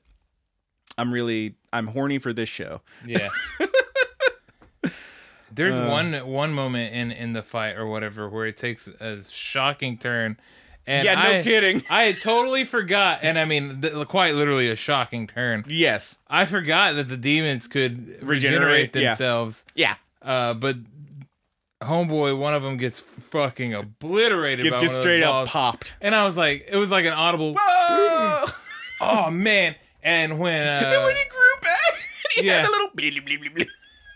S2: I'm really I'm horny for this show.
S1: Yeah. There's
S2: Uh.
S1: one one moment in in the fight or whatever where it takes a shocking turn, and
S2: yeah, no
S1: I-
S2: kidding.
S1: I had totally forgot, and I mean, th- quite literally a shocking turn.
S2: Yes.
S1: I forgot that the demons could regenerate,
S2: Regenerate, yeah.
S1: themselves,
S2: Yeah.
S1: uh, but homeboy, one of them gets fucking obliterated.
S2: Gets
S1: by
S2: just
S1: one of those
S2: straight up
S1: balls.
S2: popped.
S1: And I was like, it was like an audible,
S2: Whoa!
S1: oh man! And when,
S2: and
S1: uh,
S2: when he grew back, he
S1: yeah.
S2: had a little bleep, bleep, bleep, bleep.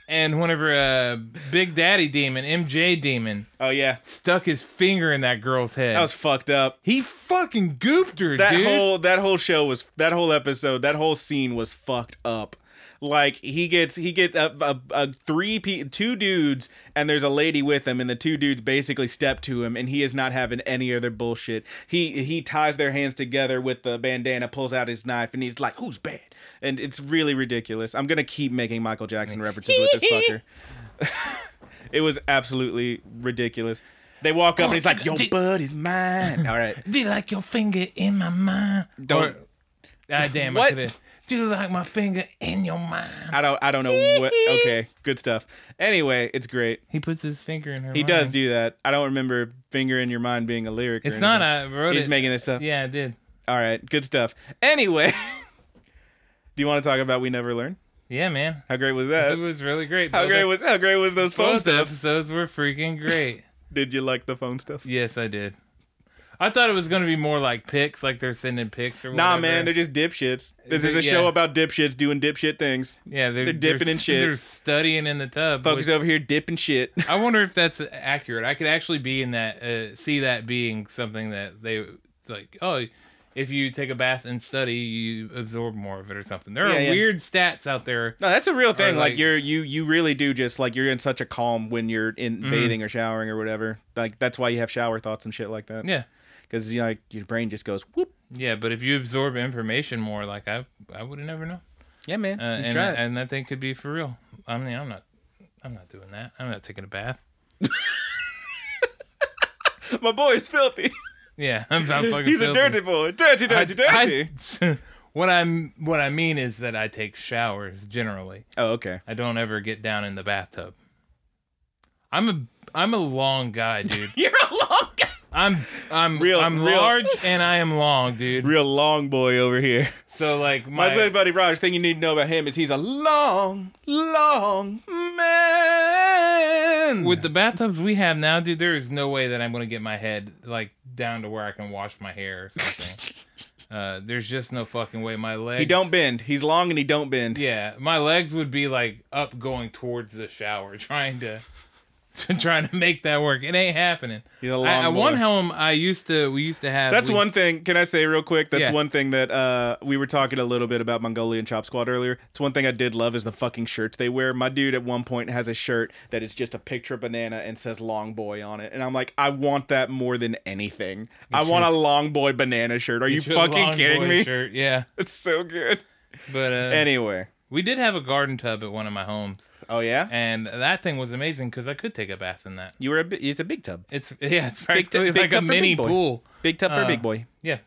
S1: and whenever uh, Big Daddy Demon, MJ Demon,
S2: Oh yeah,
S1: stuck his finger in that girl's head,
S2: that was fucked up.
S1: he fucking gooped her,
S2: That
S1: dude.
S2: whole that whole show was that whole episode that whole scene was fucked up. Like he gets he gets a, a, a three pe- two dudes and there's a lady with him and the two dudes basically step to him and he is not having any other bullshit. He he ties their hands together with the bandana, pulls out his knife and he's like, "Who's bad?" And it's really ridiculous. I'm gonna keep making Michael Jackson references with this fucker. it was absolutely ridiculous. They walk up and he's like, "Yo, bud, is mine." All right.
S1: Do you like your finger in my mind? Or-
S2: Don't-
S1: ah, damn, I
S2: What?
S1: could have. Do you like my finger in your mind?
S2: I don't I don't know what okay, good stuff. Anyway, it's great.
S1: He puts his finger in her.
S2: He does do that. I don't remember finger in your mind being a lyric. or
S1: It's not.
S2: anything.
S1: I wrote
S2: He's
S1: it.
S2: making this up.
S1: Yeah, I did.
S2: All right, good stuff. Anyway, do you want to talk about we never learn?
S1: Yeah, man.
S2: How great was
S1: It
S2: that?
S1: was really great.
S2: How
S1: Both
S2: great
S1: ep-
S2: was how great was those phone
S1: both
S2: stuffs?
S1: episodes were freaking great.
S2: Did you like the phone stuff?
S1: yes, I did. I thought it was gonna be more like pics, like they're sending pics or
S2: Nah,
S1: whatever.
S2: man, they're just dipshits. This is a
S1: Yeah.
S2: show about dipshits doing dipshit things.
S1: yeah, they're,
S2: they're dipping
S1: they're-
S2: in shit.
S1: They're studying in the tub.
S2: Focus
S1: which-
S2: over here dipping shit.
S1: I wonder if that's accurate. I could actually be in that, uh, see that being something that they it's like. Oh, if you take a bath and study, you absorb more of it or something. There are
S2: Yeah, yeah.
S1: weird stats out there.
S2: No, that's a real thing. Like,
S1: like-
S2: you're you you really do just like you're in such a calm when you're in bathing or showering or whatever. Like that's why you have shower thoughts and shit like that.
S1: Yeah,
S2: Because you know, like your brain just goes whoop.
S1: yeah. But if you absorb information more, like I, I would have never known.
S2: Yeah, man.
S1: Uh,
S2: Let's
S1: and
S2: try it.
S1: and that thing could be for real. I mean, I'm not, I'm not doing that. I'm not taking a bath.
S2: My boy is filthy.
S1: Yeah, I'm, I'm fucking.
S2: He's a
S1: filthy.
S2: dirty boy. Dirty, dirty,
S1: I-
S2: dirty.
S1: I- What I'm what I mean is that I take showers generally.
S2: Oh, okay.
S1: I don't ever get down in the bathtub. I'm a I'm a long guy, dude.
S2: You're a long guy.
S1: I'm I'm
S2: Real-
S1: I'm
S2: real-
S1: large and I am long, dude.
S2: Real long boy over here.
S1: So like my,
S2: My good buddy Raj, thing you need to know about him is he's a long, long man.
S1: with the bathtubs we have now, dude, there is no way that I'm gonna get my head like down to where I can wash my hair or something. uh, there's just no fucking way. My legs.
S2: he don't bend. He's long and he don't bend.
S1: Yeah, my legs would be like up going towards the shower, trying to trying to make that work. It ain't happening.
S2: He's a long
S1: I, I one
S2: boy.
S1: home I used to we used to have.
S2: That's
S1: we-
S2: one thing. Can I say real quick? That's
S1: Yeah.
S2: one thing that uh, we were talking a little bit about Mongolian Chop Squad earlier. It's one thing I did love is the fucking shirts they wear. My dude at one point has a shirt that is just a picture of banana and says "Long Boy" on it, and I'm like, I want that more than anything. I want a Long Boy banana shirt. Are you
S1: Should
S2: fucking
S1: long
S2: kidding
S1: boy
S2: me?
S1: Shirt. Yeah,
S2: It's so good.
S1: but uh,
S2: Anyway,
S1: we did have a garden tub at one of my homes,
S2: oh yeah,
S1: and that thing was amazing because I could take a bath in that.
S2: you were a. bi- It's a big tub.
S1: It's yeah, it's
S2: Big tu-
S1: practically
S2: big
S1: like
S2: tub
S1: a
S2: for big
S1: mini
S2: boy.
S1: pool.
S2: Big tub for a
S1: Uh,
S2: big boy.
S1: Yeah,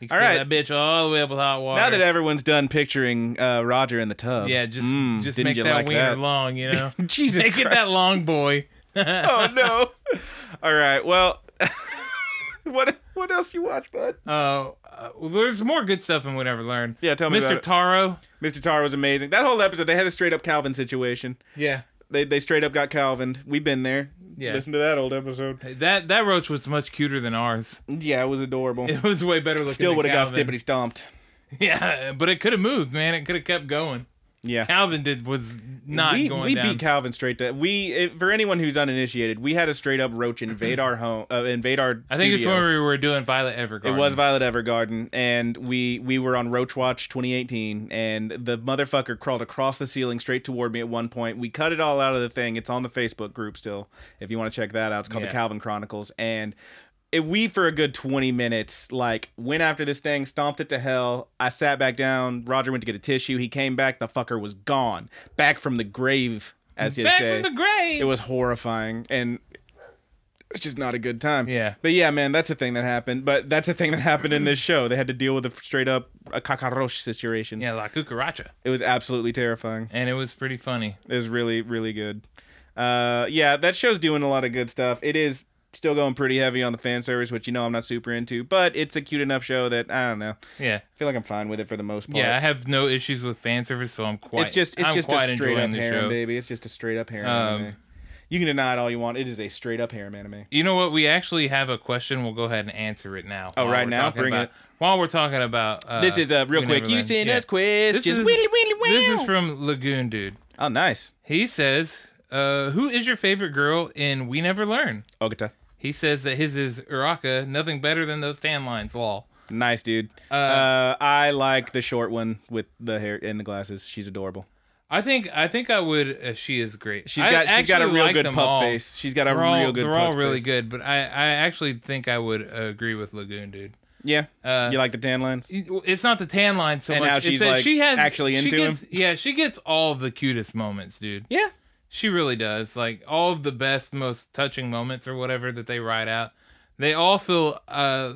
S1: you can
S2: All
S1: fill
S2: right.
S1: that bitch all the way up with hot water.
S2: Now that everyone's done picturing uh, Roger in the tub.
S1: yeah, just
S2: Mm,
S1: just
S2: didn't
S1: make
S2: you
S1: that
S2: like
S1: wiener
S2: that?
S1: long, you know.
S2: Jesus
S1: Make it
S2: Christ.
S1: that long, boy.
S2: oh no. All right. Well, what what else you watch, bud?
S1: Uh, uh, well, there's more good stuff in Whatever Learn.
S2: Yeah, tell me
S1: Mr.
S2: about it.
S1: Taro.
S2: Mr. Tar was amazing. That whole episode, they had a straight up Calvin situation.
S1: Yeah,
S2: They they straight up got Calvined. We've been there.
S1: Yeah.
S2: Listen to that old episode.
S1: that that roach was much cuter than ours.
S2: Yeah, it was adorable.
S1: It was way better looking.
S2: Mm. Still
S1: than
S2: would have got
S1: Calvin.
S2: stippity stomped.
S1: Yeah, but it could have moved, man. It could have kept going.
S2: Yeah.
S1: Calvin did was not
S2: we,
S1: going
S2: we
S1: down.
S2: beat Calvin straight to we if, for anyone who's uninitiated we had a straight up roach invade our home uh, invade our
S1: I think it's
S2: studio.
S1: when we were doing Violet Evergarden.
S2: It was Violet Evergarden, and we we were on Roach Watch 2018, and the motherfucker crawled across the ceiling straight toward me at one point. We cut it all out of the thing. It's on the Facebook group still, if you want to check that out. It's called the
S1: Yeah.
S2: Calvin Chronicles, and it, we for a good 20 minutes like went after this thing, stomped it to hell. I sat back down. Roger went to get a tissue. He came back. The fucker was gone, back from the grave, as you
S1: back
S2: say.
S1: from the grave.
S2: It was horrifying and it's just not a good time.
S1: Yeah.
S2: But yeah, man, that's a thing that happened. But that's a thing that happened in this show. They had to deal with a straight up a cockroach situation.
S1: yeah, La Cucaracha,
S2: It was absolutely terrifying.
S1: and it was pretty funny.
S2: It was really, really good. Uh, yeah, that show's doing a lot of good stuff. It is still going pretty heavy on the fan service, which you know I'm not super into, but it's a cute enough show that I don't know. I
S1: Yeah,
S2: feel like I'm fine with it for the most part.
S1: yeah. I have no issues with fan service, so I'm quite.
S2: it's just it's
S1: I'm
S2: just
S1: quite
S2: a straight up
S1: enjoying the
S2: harem,
S1: show.
S2: baby. It's just a straight up harem
S1: Um,
S2: anime. You can deny it all you want. It is a straight up harem anime.
S1: You know what? We actually have a question. We'll go ahead and answer it now.
S2: Oh,
S1: while
S2: right
S1: we're
S2: now?
S1: talking
S2: Bring
S1: about-
S2: it.
S1: While we're talking about uh,
S2: This is a real
S1: We
S2: quick.
S1: Never
S2: You
S1: Learned.
S2: send
S1: Yeah.
S2: us questions.
S1: This is-
S2: Willy, willy,
S1: This
S2: wow.
S1: is from Lagoon Dude.
S2: oh, nice.
S1: He says, uh, "Who is your favorite girl in We Never Learn?"
S2: Ogata.
S1: He says that his is Uraka. Nothing better than those tan lines. Lol.
S2: Nice dude. Uh, I like the short one with the hair and the glasses. She's adorable.
S1: I think I think I would. Uh, she is great.
S2: She's
S1: I
S2: got she's got a
S1: actually
S2: real
S1: like
S2: good
S1: them
S2: puff
S1: all.
S2: face. She's got a
S1: They're all,
S2: real good.
S1: they're all
S2: puff
S1: really
S2: face.
S1: good, but I, I actually think I would uh, agree with Lagoon Dude.
S2: Yeah.
S1: Uh,
S2: you like the tan lines?
S1: It's not the tan line so
S2: And
S1: much.
S2: how
S1: It's
S2: she's,
S1: that
S2: like,
S1: she has
S2: actually
S1: she
S2: into him?
S1: gets- Yeah, she gets all of the cutest moments, dude.
S2: Yeah.
S1: She really does. Like all of the best, most touching moments or whatever that they write out, they all feel uh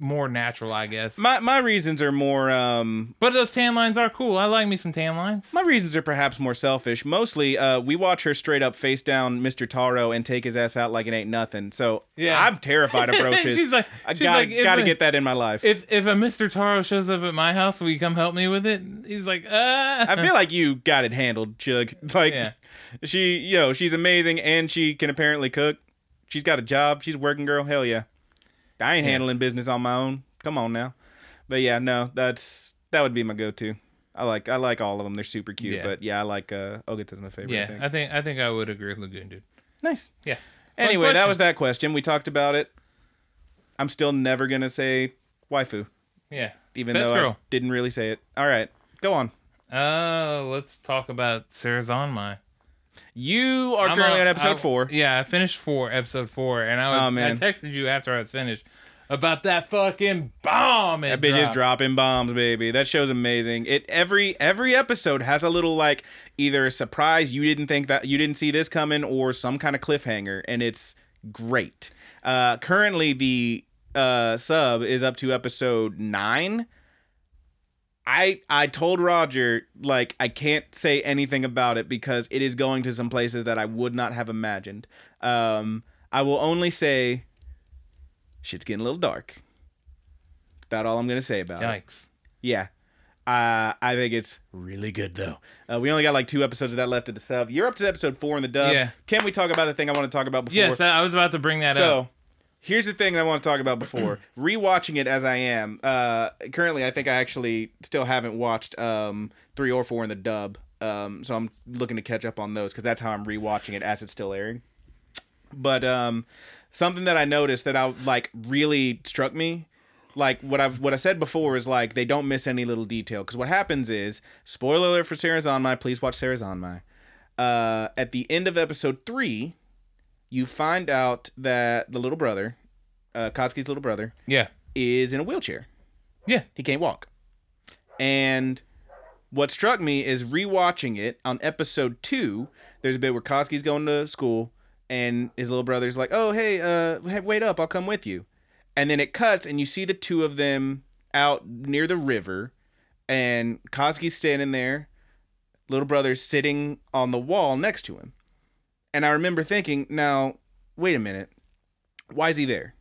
S1: more natural, I guess.
S2: My my reasons are more um
S1: but those tan lines are cool. I like me some tan lines.
S2: my reasons are perhaps more selfish. Mostly, uh, we watch her straight up face down Mr. Taro and take his ass out like it ain't nothing. So
S1: Yeah.
S2: I'm terrified of roaches.
S1: She's like-
S2: I
S1: she's
S2: gotta
S1: like, if
S2: gotta
S1: I-
S2: get that in my life.
S1: If if a Mr. Taro shows up at my house, will you come help me with it? He's like, uh.
S2: I feel like you got it handled, Jug. Like
S1: Yeah.
S2: she, you know, she's amazing and she can apparently cook. She's got a job. She's a working girl. Hell yeah. I ain't handling business on my own. Come on now. But yeah, no, that's that would be my go-to. I like I like all of them. They're super cute.
S1: Yeah.
S2: But yeah, I like uh, Ogata's my favorite. I
S1: yeah,
S2: think.
S1: I think I think I would agree with Lagoon Dude.
S2: nice.
S1: Yeah.
S2: Anyway,
S1: Fun
S2: that
S1: question.
S2: was that question. We talked about it. I'm still never gonna say waifu,
S1: yeah.
S2: even
S1: Best
S2: though I
S1: girl.
S2: didn't really say it. All right, go on.
S1: Uh, let's talk about Sarah's on my.
S2: You are
S1: I'm
S2: currently on
S1: I-
S2: episode four.
S1: Yeah, I finished four, episode four, and I was,
S2: Oh, man.
S1: I texted you after I was finished about that fucking bomb. It
S2: That bitch is dropping bombs, baby. That show's amazing. It every every episode has a little like either a surprise you didn't think that you didn't see this coming or some kind of cliffhanger, and it's great. Uh, currently, the uh, sub is up to episode nine. I I told Roger like I can't say anything about it because it is going to some places that I would not have imagined. Um, I will only say shit's getting a little dark. About all I'm gonna say about it.
S1: Yikes.
S2: Yeah. Uh, I think it's really good though. Uh, we only got like two episodes of that left at the sub. You're up to episode four in the dub.
S1: Yeah.
S2: Can we talk about the thing I want to talk about before?
S1: Yes, I I was about to bring that
S2: so
S1: up.
S2: here's the thing I want to talk about before rewatching it as I am. Uh, currently, I think I actually still haven't watched um, three or four in the dub. Um, so I'm looking to catch up on those because that's how I'm rewatching it as it's still airing. But um, something that I noticed that I like really struck me, like what I've what I said before is like they don't miss any little detail because what happens is spoiler alert for Sarah's on my please watch Sarah's on my. Uh, at the end of episode three, you find out that the little brother, uh, Koski's little brother,
S1: Yeah.
S2: is in a wheelchair.
S1: Yeah.
S2: He can't walk. And what struck me is rewatching it on episode two. There's a bit where Koski's going to school, and his little brother's like, "Oh, hey, uh, hey, wait up, I'll come with you." And then it cuts, and you see the two of them out near the river, and Koski's standing there, little brother's sitting on the wall next to him. And I remember thinking, now, wait a minute, why is he there?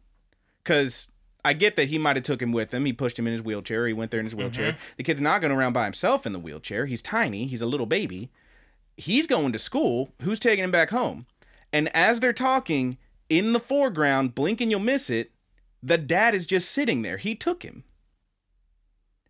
S2: Because I get that he might have took him with him. He pushed him in his wheelchair. He went there in his wheelchair. The kid's not going around by himself in the wheelchair. He's tiny. He's a little baby. He's going to school. Who's taking him back home? And as they're talking in the foreground, blink and you'll miss it, the dad is just sitting there. He took him.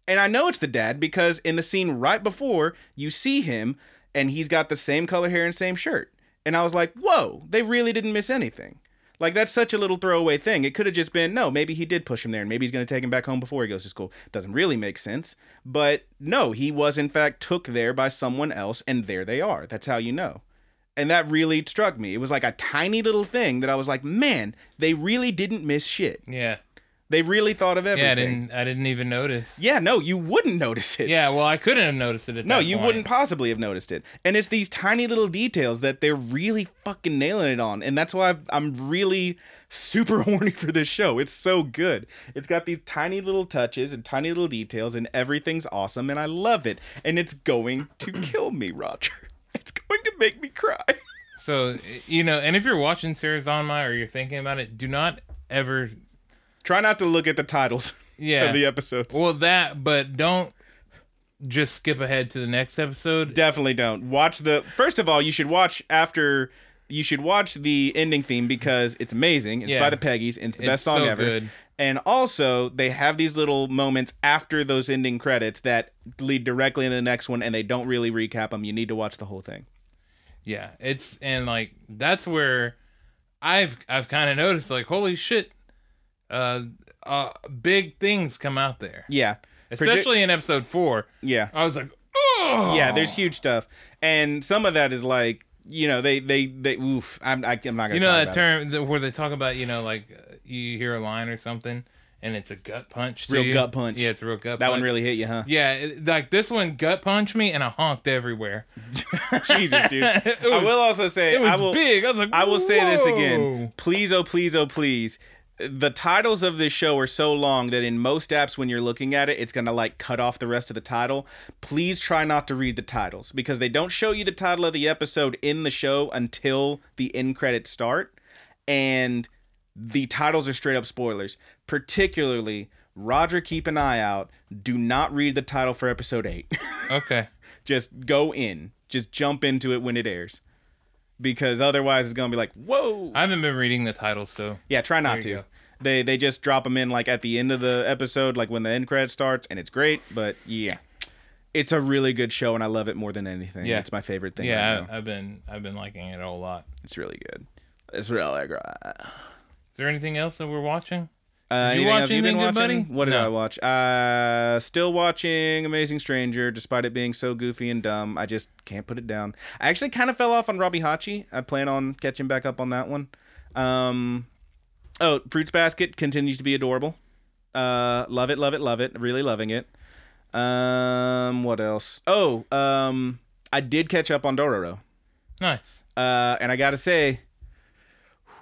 S2: And I know it's the dad because in the scene right before, you see him and he's got the same color hair and same shirt. And I was like, whoa, they really didn't miss anything. Like, that's such a little throwaway thing. It could have just been, no, maybe he did push him there and maybe he's going to take him back home before he goes to school. Doesn't really make sense. But no, he was in fact took there by someone else and there they are. That's how you know. And that really struck me. It was like a tiny little thing that I was like, man, they really didn't miss shit.
S1: Yeah.
S2: They really thought of everything.
S1: Yeah, I didn't I didn't even notice.
S2: Yeah, no, you wouldn't notice it.
S1: Yeah, well, I couldn't have noticed it at
S2: No,
S1: that
S2: you
S1: point.
S2: wouldn't possibly have noticed it. And it's these tiny little details that they're really fucking nailing it on. And that's why I've- I'm really super horny for this show. It's so good. It's got these tiny little touches and tiny little details, and everything's awesome. And I love it. And it's going to kill me, Roger. It's going to make me cry.
S1: So, you know, and if you're watching Sarazanma or you're thinking about it, do not ever.
S2: Try not to look at the titles
S1: Yeah.
S2: of the episodes.
S1: Well, that, but don't just skip ahead to the next episode.
S2: Definitely don't. Watch the first of all, you should watch after you should watch the ending theme because it's amazing. It's
S1: Yeah.
S2: by the Peggies and it's the
S1: It's
S2: best song
S1: so
S2: ever.
S1: good.
S2: And also they have these little moments after those ending credits that lead directly into the next one and they don't really recap them. You need to watch the whole thing.
S1: yeah, it's and like that's where I've I've kind of noticed like holy shit, uh, uh, big things come out there,
S2: Yeah. Proje-
S1: especially in episode four.
S2: yeah.
S1: I was like, oh
S2: Yeah, there's huge stuff. And some of that is like, you know, they they they oof, I'm I, I'm not going to
S1: you know that term that, where they talk about you know like uh, you hear a line or something and it's a gut punch. to
S2: Real
S1: you.
S2: gut punch.
S1: Yeah, it's a real gut.
S2: That
S1: punch.
S2: one really hit you, huh?
S1: Yeah, it- like this one gut punched me and I honked everywhere.
S2: Jesus, dude.
S1: It
S2: I
S1: was-
S2: will also say
S1: It was
S2: I will
S1: big. I was like,
S2: I will say this again.
S1: "Whoa."
S2: Please, oh, please, oh, please. The titles of this show are so long that in most apps, when you're looking at it, it's going to like cut off the rest of the title. Please try not to read the titles because they don't show you the title of the episode in the show until the end credits start. And the titles are straight up spoilers. Particularly, Roger, keep an eye out. Do not read the title for episode eight.
S1: Okay.
S2: Just go in, just jump into it when it airs because otherwise, it's going to be like, whoa.
S1: I haven't been reading the titles, so
S2: Yeah, try not
S1: There you
S2: to.
S1: go.
S2: They they just drop them in like at the end of the episode, like when the end credit starts, and it's great. But yeah, it's a really good show, and I love it more than anything.
S1: Yeah.
S2: it's my favorite thing.
S1: yeah,
S2: right now.
S1: I, I've been I've been liking it a whole lot.
S2: it's really good. It's really great.
S1: Is there anything else that we're watching?
S2: Uh,
S1: Did you
S2: anything
S1: watch
S2: else
S1: anything
S2: been
S1: good,
S2: watching?
S1: buddy?
S2: What did
S1: No.
S2: I watch? Uh, still watching Amazing Stranger, despite it being so goofy and dumb. I just can't put it down. I actually kind of fell off on Robbie Hachi. I plan on catching back up on that one. Um, oh, Fruits Basket continues to be adorable. Uh, love it, love it, love it. Really loving it. Um, what else? Oh, um, I did catch up on Dororo.
S1: Nice.
S2: Uh, and I gotta say,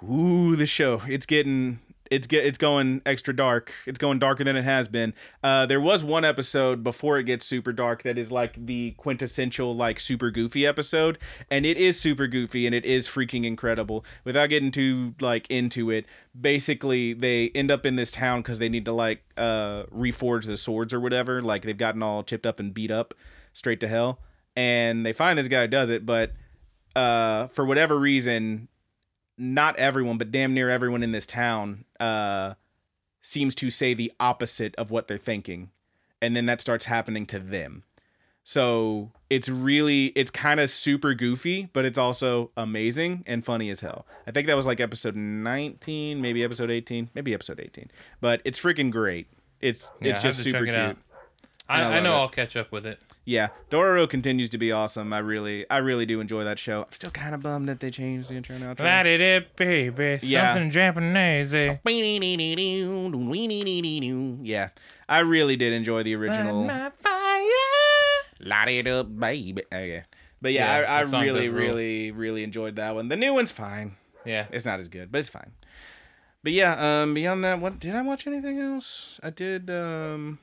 S2: ooh, the show. It's getting It's get it's going extra dark. It's going darker than it has been. Uh, there was one episode before it gets super dark that is like the quintessential like super goofy episode, and it is super goofy and it is freaking incredible. Without getting too like into it, basically they end up in this town because they need to like uh, reforge the swords or whatever. Like they've gotten all chipped up and beat up straight to hell, and they find this guy who does it, but uh, for whatever reason, not everyone, but damn near everyone in this town uh, seems to say the opposite of what they're thinking. And then that starts happening to them. So it's really, it's kind of super goofy, but it's also amazing and funny as hell. I think that was like episode 19, maybe episode 18, maybe episode 18. But it's freaking great. It's
S1: Yeah,
S2: it's
S1: I have
S2: just
S1: to
S2: super
S1: check it
S2: cute.
S1: out. I,
S2: I
S1: I,
S2: love
S1: know
S2: it.
S1: I'll catch up with it.
S2: Yeah, Dororo continues to be awesome. I really, I really do enjoy that show. I'm still kind of bummed that they changed the intro and outro.
S1: Light it, baby.
S2: Yeah.
S1: Something Japanese. eh?
S2: Yeah, I really did enjoy the original.
S1: My fire.
S2: Light it up, baby. Okay. But yeah,
S1: Yeah,
S2: I, I
S1: that song
S2: really,
S1: does rule.
S2: really, really enjoyed that one. The new one's fine.
S1: Yeah.
S2: It's not as good, but it's fine. But yeah, um, beyond that, what did I watch anything else? I did. Um,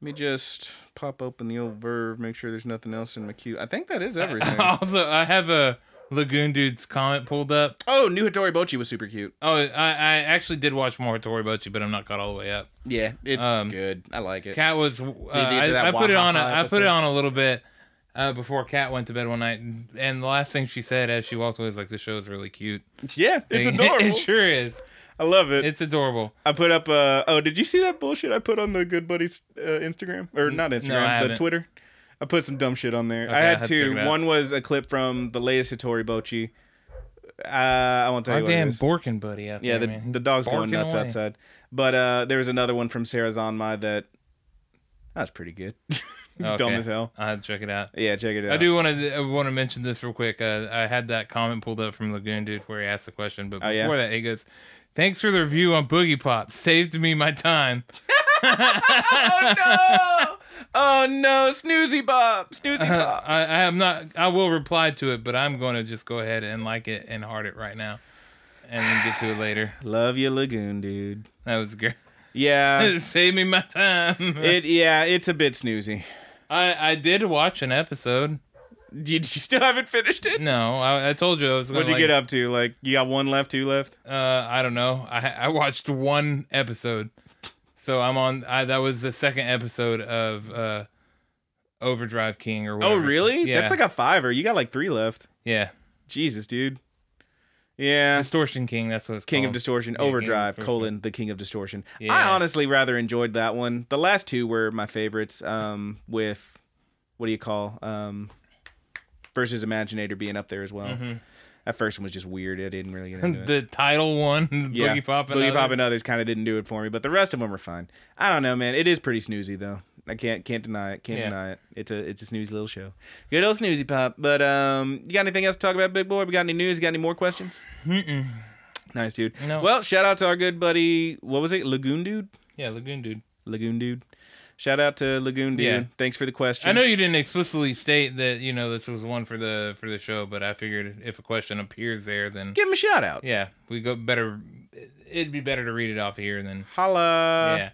S2: let me just pop open the old Verve, make sure there's nothing else in my queue. I think that is everything.
S1: also, I have a Lagoon Dude's comment pulled up.
S2: oh, new Hattori Bochi was super cute.
S1: Oh, I, I actually did watch more Tori Bochi, but I'm not caught all the way up.
S2: Yeah, it's
S1: Um,
S2: good. I like it.
S1: Cat was. Uh,
S2: you do that
S1: I, I put it
S2: Waha
S1: on. A,
S2: Hi
S1: I put
S2: episode?
S1: it on a little bit uh, before Cat went to bed one night, and- and the last thing she said as she walked away was like, "This show is really cute."
S2: Yeah, it's
S1: It-
S2: adorable.
S1: it sure is.
S2: I love it.
S1: It's adorable.
S2: I put up. Uh, oh, did you see that bullshit I put on the Good Buddies uh, Instagram or not Instagram,
S1: no, I
S2: the
S1: haven't.
S2: Twitter? I put some dumb shit on there. I
S1: I
S2: had
S1: have to check
S2: two.
S1: it out.
S2: One was a clip from the latest Hitori Bochi. Uh, I won't tell
S1: Our
S2: you what it
S1: damn
S2: is.
S1: Borkin buddy out
S2: Yeah,
S1: there.
S2: the,
S1: man.
S2: the dog's going
S1: Barking
S2: nuts
S1: away.
S2: outside. But uh, there was another one from Sarah Zonmai that that's pretty good. it's dumb
S1: Okay.
S2: as hell.
S1: I had to check it out.
S2: Yeah, check it out.
S1: I do want to I want to mention this real quick. Uh, I had that comment pulled up from Lagoon Dude where he asked the question, but before
S2: Oh, yeah?
S1: that, he goes, "Thanks for the review on Boogie Pop. Saved me my time."
S2: Oh no! oh no! Snoozy Bob, Snoozy Bob.
S1: I, I am not. I will reply to it, but I'm going to just go ahead and like it and heart it right now, and then get to it later.
S2: Love you, Lagoon, dude.
S1: That was great.
S2: Yeah.
S1: Save me my time.
S2: It yeah, it's a bit snoozy.
S1: I I did watch an episode.
S2: You, you still haven't finished it.
S1: No, I, I told you I was. Gonna,
S2: What'd you
S1: like,
S2: get up to? Like you got one left, two left.
S1: Uh, I don't know. I I watched one episode, so I'm on. I that was the second episode of uh, Overdrive King or.
S2: Oh
S1: Whatever.
S2: really?
S1: Yeah.
S2: That's like a fiver. You got like three left.
S1: yeah.
S2: Jesus, dude. Yeah.
S1: Distortion King. That's what it's
S2: King
S1: called.
S2: of Distortion,
S1: Yeah, King of
S2: Overdrive,
S1: Distortion.
S2: colon, the King of Distortion. I
S1: Yeah.
S2: honestly rather enjoyed that one. The last two were my favorites. Um, with what do you call um, versus Imaginator being up there as well.
S1: Mm-hmm.
S2: That first one was just weird. I didn't really get into it.
S1: the title one.
S2: yeah,
S1: Boogie Pop. And
S2: Boogie Pop
S1: Others.
S2: and others kind of didn't do it for me, but the rest of them were fine. I don't know, man. It is pretty snoozy though. I can't can't deny it. Can't
S1: Yeah.
S2: deny it. It's a it's a snoozy little show. Good old snoozy pop. But um, you got anything else to talk about, big boy? We got any news? You got any more questions? Nice dude.
S1: No.
S2: Well, shout out to our good buddy. What was it? Lagoon dude.
S1: Yeah, Lagoon Dude.
S2: Lagoon dude. Shout out to Lagoon dude.
S1: Yeah.
S2: Thanks for the question.
S1: I know you didn't explicitly state that you know this was one for the for the show, but I figured if a question appears there, then
S2: Give him a shout out.
S1: yeah, we go better. It'd be better to read it off here than
S2: Holla.
S1: yeah.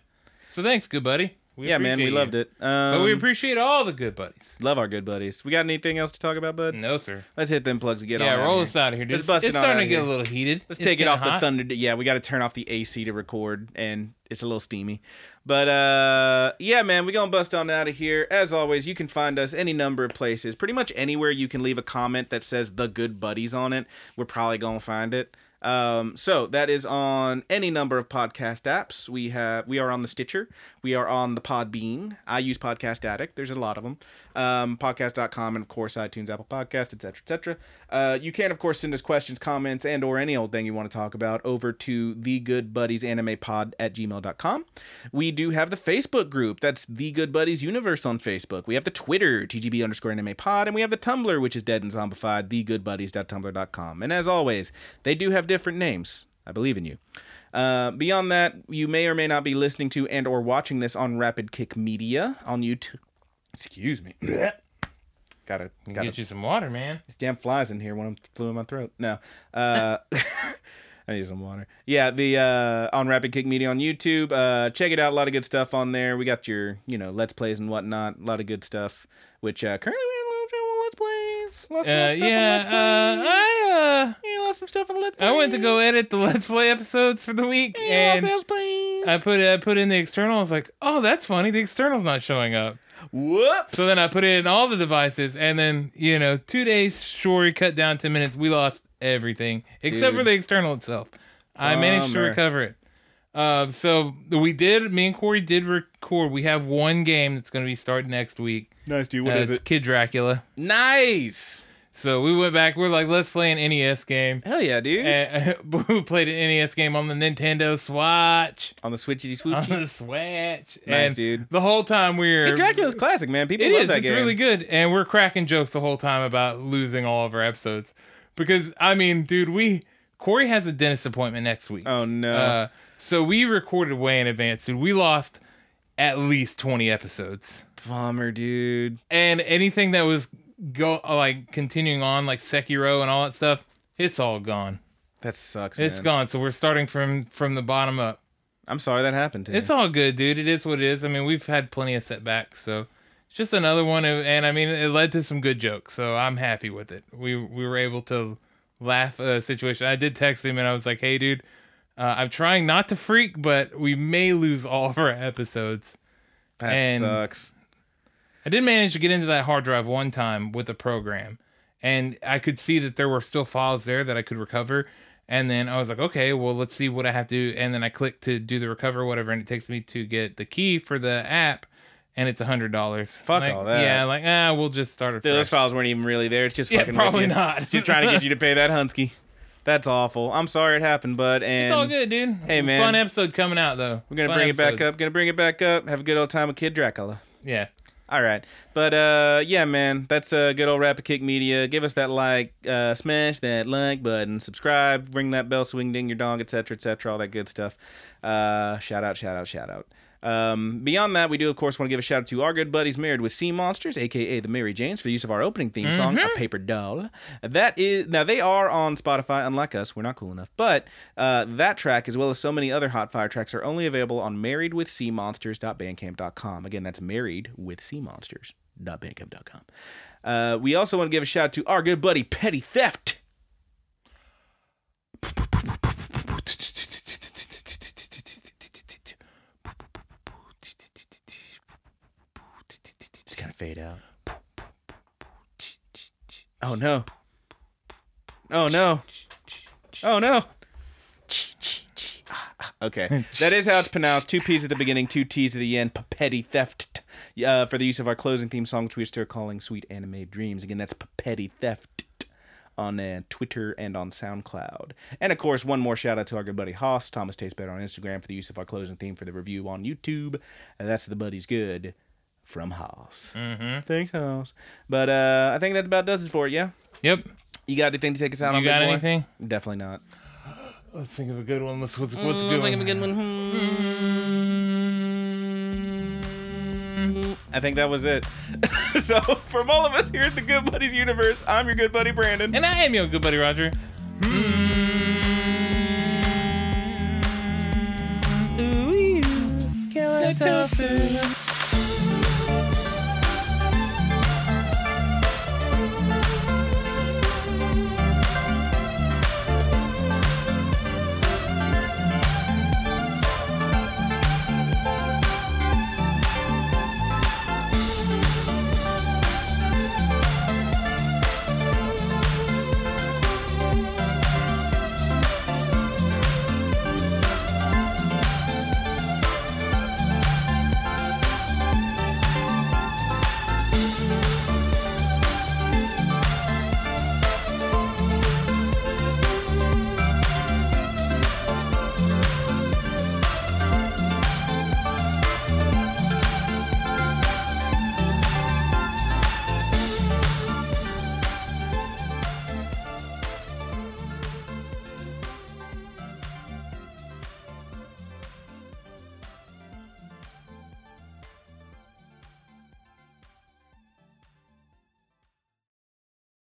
S1: So thanks, good buddy. We
S2: Uh, Yeah, man. We
S1: appreciate
S2: loved
S1: you.
S2: it. Um,
S1: But we appreciate all the good buddies.
S2: love our good buddies. We got anything else to talk about, bud?
S1: No, sir.
S2: Let's hit them plugs and get on.
S1: Mm. Yeah,
S2: out
S1: roll
S2: here.
S1: us out of here. Dude.
S2: Let's bust
S1: it's
S2: it on
S1: starting
S2: outta
S1: to get
S2: here.
S1: a little heated.
S2: Let's take it off the
S1: thunder.
S2: thunder. Yeah, we got to turn off the AC to record, and it's a little steamy. But uh, yeah, man, we gonna bust on out of here. As always, you can find us any number of places. Pretty much anywhere you can leave a comment that says "the good buddies" on it, we're probably gonna find it. Um, so that is on any number of podcast apps. We have we are on the Stitcher, we are on the Podbean. I use Podcast Addict. There's a lot of them. Um, podcast.com and of course iTunes, Apple Podcast, etc., etc. Uh, you can of course send us questions, comments, and or any old thing you want to talk about over to the Good Buddies Anime Pod at gmail.com. We do have the Facebook group. That's the Good Buddies Universe on Facebook. We have the Twitter TGB underscore anime pod, and we have the Tumblr, which is dead and zombified. TheGoodBuddies.tumblr.com. And as always, they do have different names. I believe in you. Uh, beyond that, you may or may not be listening to and or watching this on Rapid Kick Media on YouTube. Excuse me. gotta gotta
S1: Get you some water, man.
S2: it's damn flies in here. One of them flew in my throat. No. Uh, I need some water. Yeah, the uh, on Rapid Kick Media on YouTube. Uh, check it out. A lot of good stuff on there. We got your you know let's plays and whatnot. A lot of good stuff. Which uh, currently we're in let's plays. Lots of
S1: Uh,
S2: stuff on
S1: yeah,
S2: let's
S1: uh,
S2: plays.
S1: I
S2: Yeah, lost some stuff on let's
S1: uh,
S2: plays.
S1: I went to go edit the Let's Play episodes for the week,
S2: Yeah,
S1: and
S2: let's plays.
S1: I put I put in the external. I was like, oh, that's funny. The external's not showing up.
S2: Whoops.
S1: So then I put it in all the devices, and then you know, two days sure cut down ten minutes. We lost everything except
S2: Dude.
S1: for the external itself. I managed to
S2: Bummer.
S1: recover it. Uh, so we did. Me and Corey did record. We have one game that's going to be starting next week.
S2: nice, dude.
S1: Uh, it's Kid Dracula.
S2: Nice.
S1: So we went back. We're like, let's play an NES game.
S2: Hell yeah, dude.
S1: And we played an NES game on the Nintendo Swatch.
S2: on the switchy
S1: On
S2: swoochy.
S1: the Swatch.
S2: Nice,
S1: and
S2: dude.
S1: The whole time we were.
S2: Kid Dracula's classic, man. People
S1: It
S2: love
S1: is.
S2: that
S1: It's
S2: game.
S1: really good, and we're cracking jokes the whole time about losing all of our episodes because I mean, dude, we Corey has a dentist appointment next week.
S2: Oh no.
S1: Uh, so we recorded way in advance, dude. We lost at least twenty episodes,
S2: Bummer, dude.
S1: and anything that was go like continuing on, like Sekiro and all that stuff, it's all gone.
S2: That sucks,
S1: It's
S2: man.
S1: gone. So we're starting from from the bottom up.
S2: I'm sorry that happened to you.
S1: It's all good, dude. It is what it is. I mean, we've had plenty of setbacks, so it's just another one. of- And I mean, it led to some good jokes, so I'm happy with it. We we were able to laugh at a situation. I did text him, and I was like, "Hey, dude, uh, I'm trying not to freak, but we may lose all of our episodes."
S2: That
S1: and-
S2: sucks.
S1: I did manage to get into that hard drive one time with a program, and I could see that there were still files there that I could recover. And then I was like, okay, well, let's see what I have to do. And then I click to do the recover, or whatever, and it takes me to get the key for the app, and it's a hundred dollars.
S2: Fuck all that.
S1: Yeah, like ah, we'll just start it.
S2: Dude, those
S1: Fresh.
S2: files weren't even really there. It's just
S1: Yeah,
S2: fucking
S1: probably
S2: with you.
S1: not.
S2: Just trying to get you to pay that Hunsky. That's awful. I'm sorry it happened, bud. And
S1: It's all good, dude.
S2: Hey, man.
S1: fun episode coming out though.
S2: we're gonna bring it back up. Gonna bring it back up. Have a good old time with Kid Dracula.
S1: Yeah,
S2: All right, but uh, yeah, man, that's a uh, good old Rapid Kick Media. Give us that like, uh, smash that like button, subscribe, ring that bell, swing, ding your dong, etc., etc., all that good stuff. Uh, shout out, shout out, shout out. Um, beyond that, we do of course want to give a shout out to our good buddies Married with Sea Monsters, aka the Mary Janes, for the use of our opening theme song, A Paper Doll. That is now they are on Spotify, unlike us, we're not cool enough. But uh, that track, as well as so many other Hot Fire tracks, are only available on marriedwithseamonsters.bandcamp.com. Again, that's marriedwithseamonsters.bandcamp.com. Uh, we also want to give a shout out to our good buddy Petty Theft. It's gonna fade out. Oh no. Oh no. Oh no. Okay. That is how it's pronounced. Two P's at the beginning, two T's at the end. Petty Theft. Uh, for the use of our closing theme song, which we are still calling Sweet Anime Dreams. Again, that's Petty Theft on uh, Twitter and on SoundCloud. And of course, one more shout out to our good buddy Haas, Thomas Tastes Better on Instagram for the use of our closing theme for the review on YouTube. And that's the buddies good from Haas. Mm-hmm. Thanks, Haas. But uh, I think that about does it for it, yeah?
S1: yep.
S2: You got anything to take us out
S1: You
S2: on?
S1: got
S2: big boy?
S1: anything?
S2: Definitely not.
S1: Let's think of a good one. Let's what's what's a good one? Hmm.
S2: I think that was it. so, from all of us here at the Good Buddies Universe, I'm your good buddy Brandon.
S1: And I am your good buddy Roger. Ooh,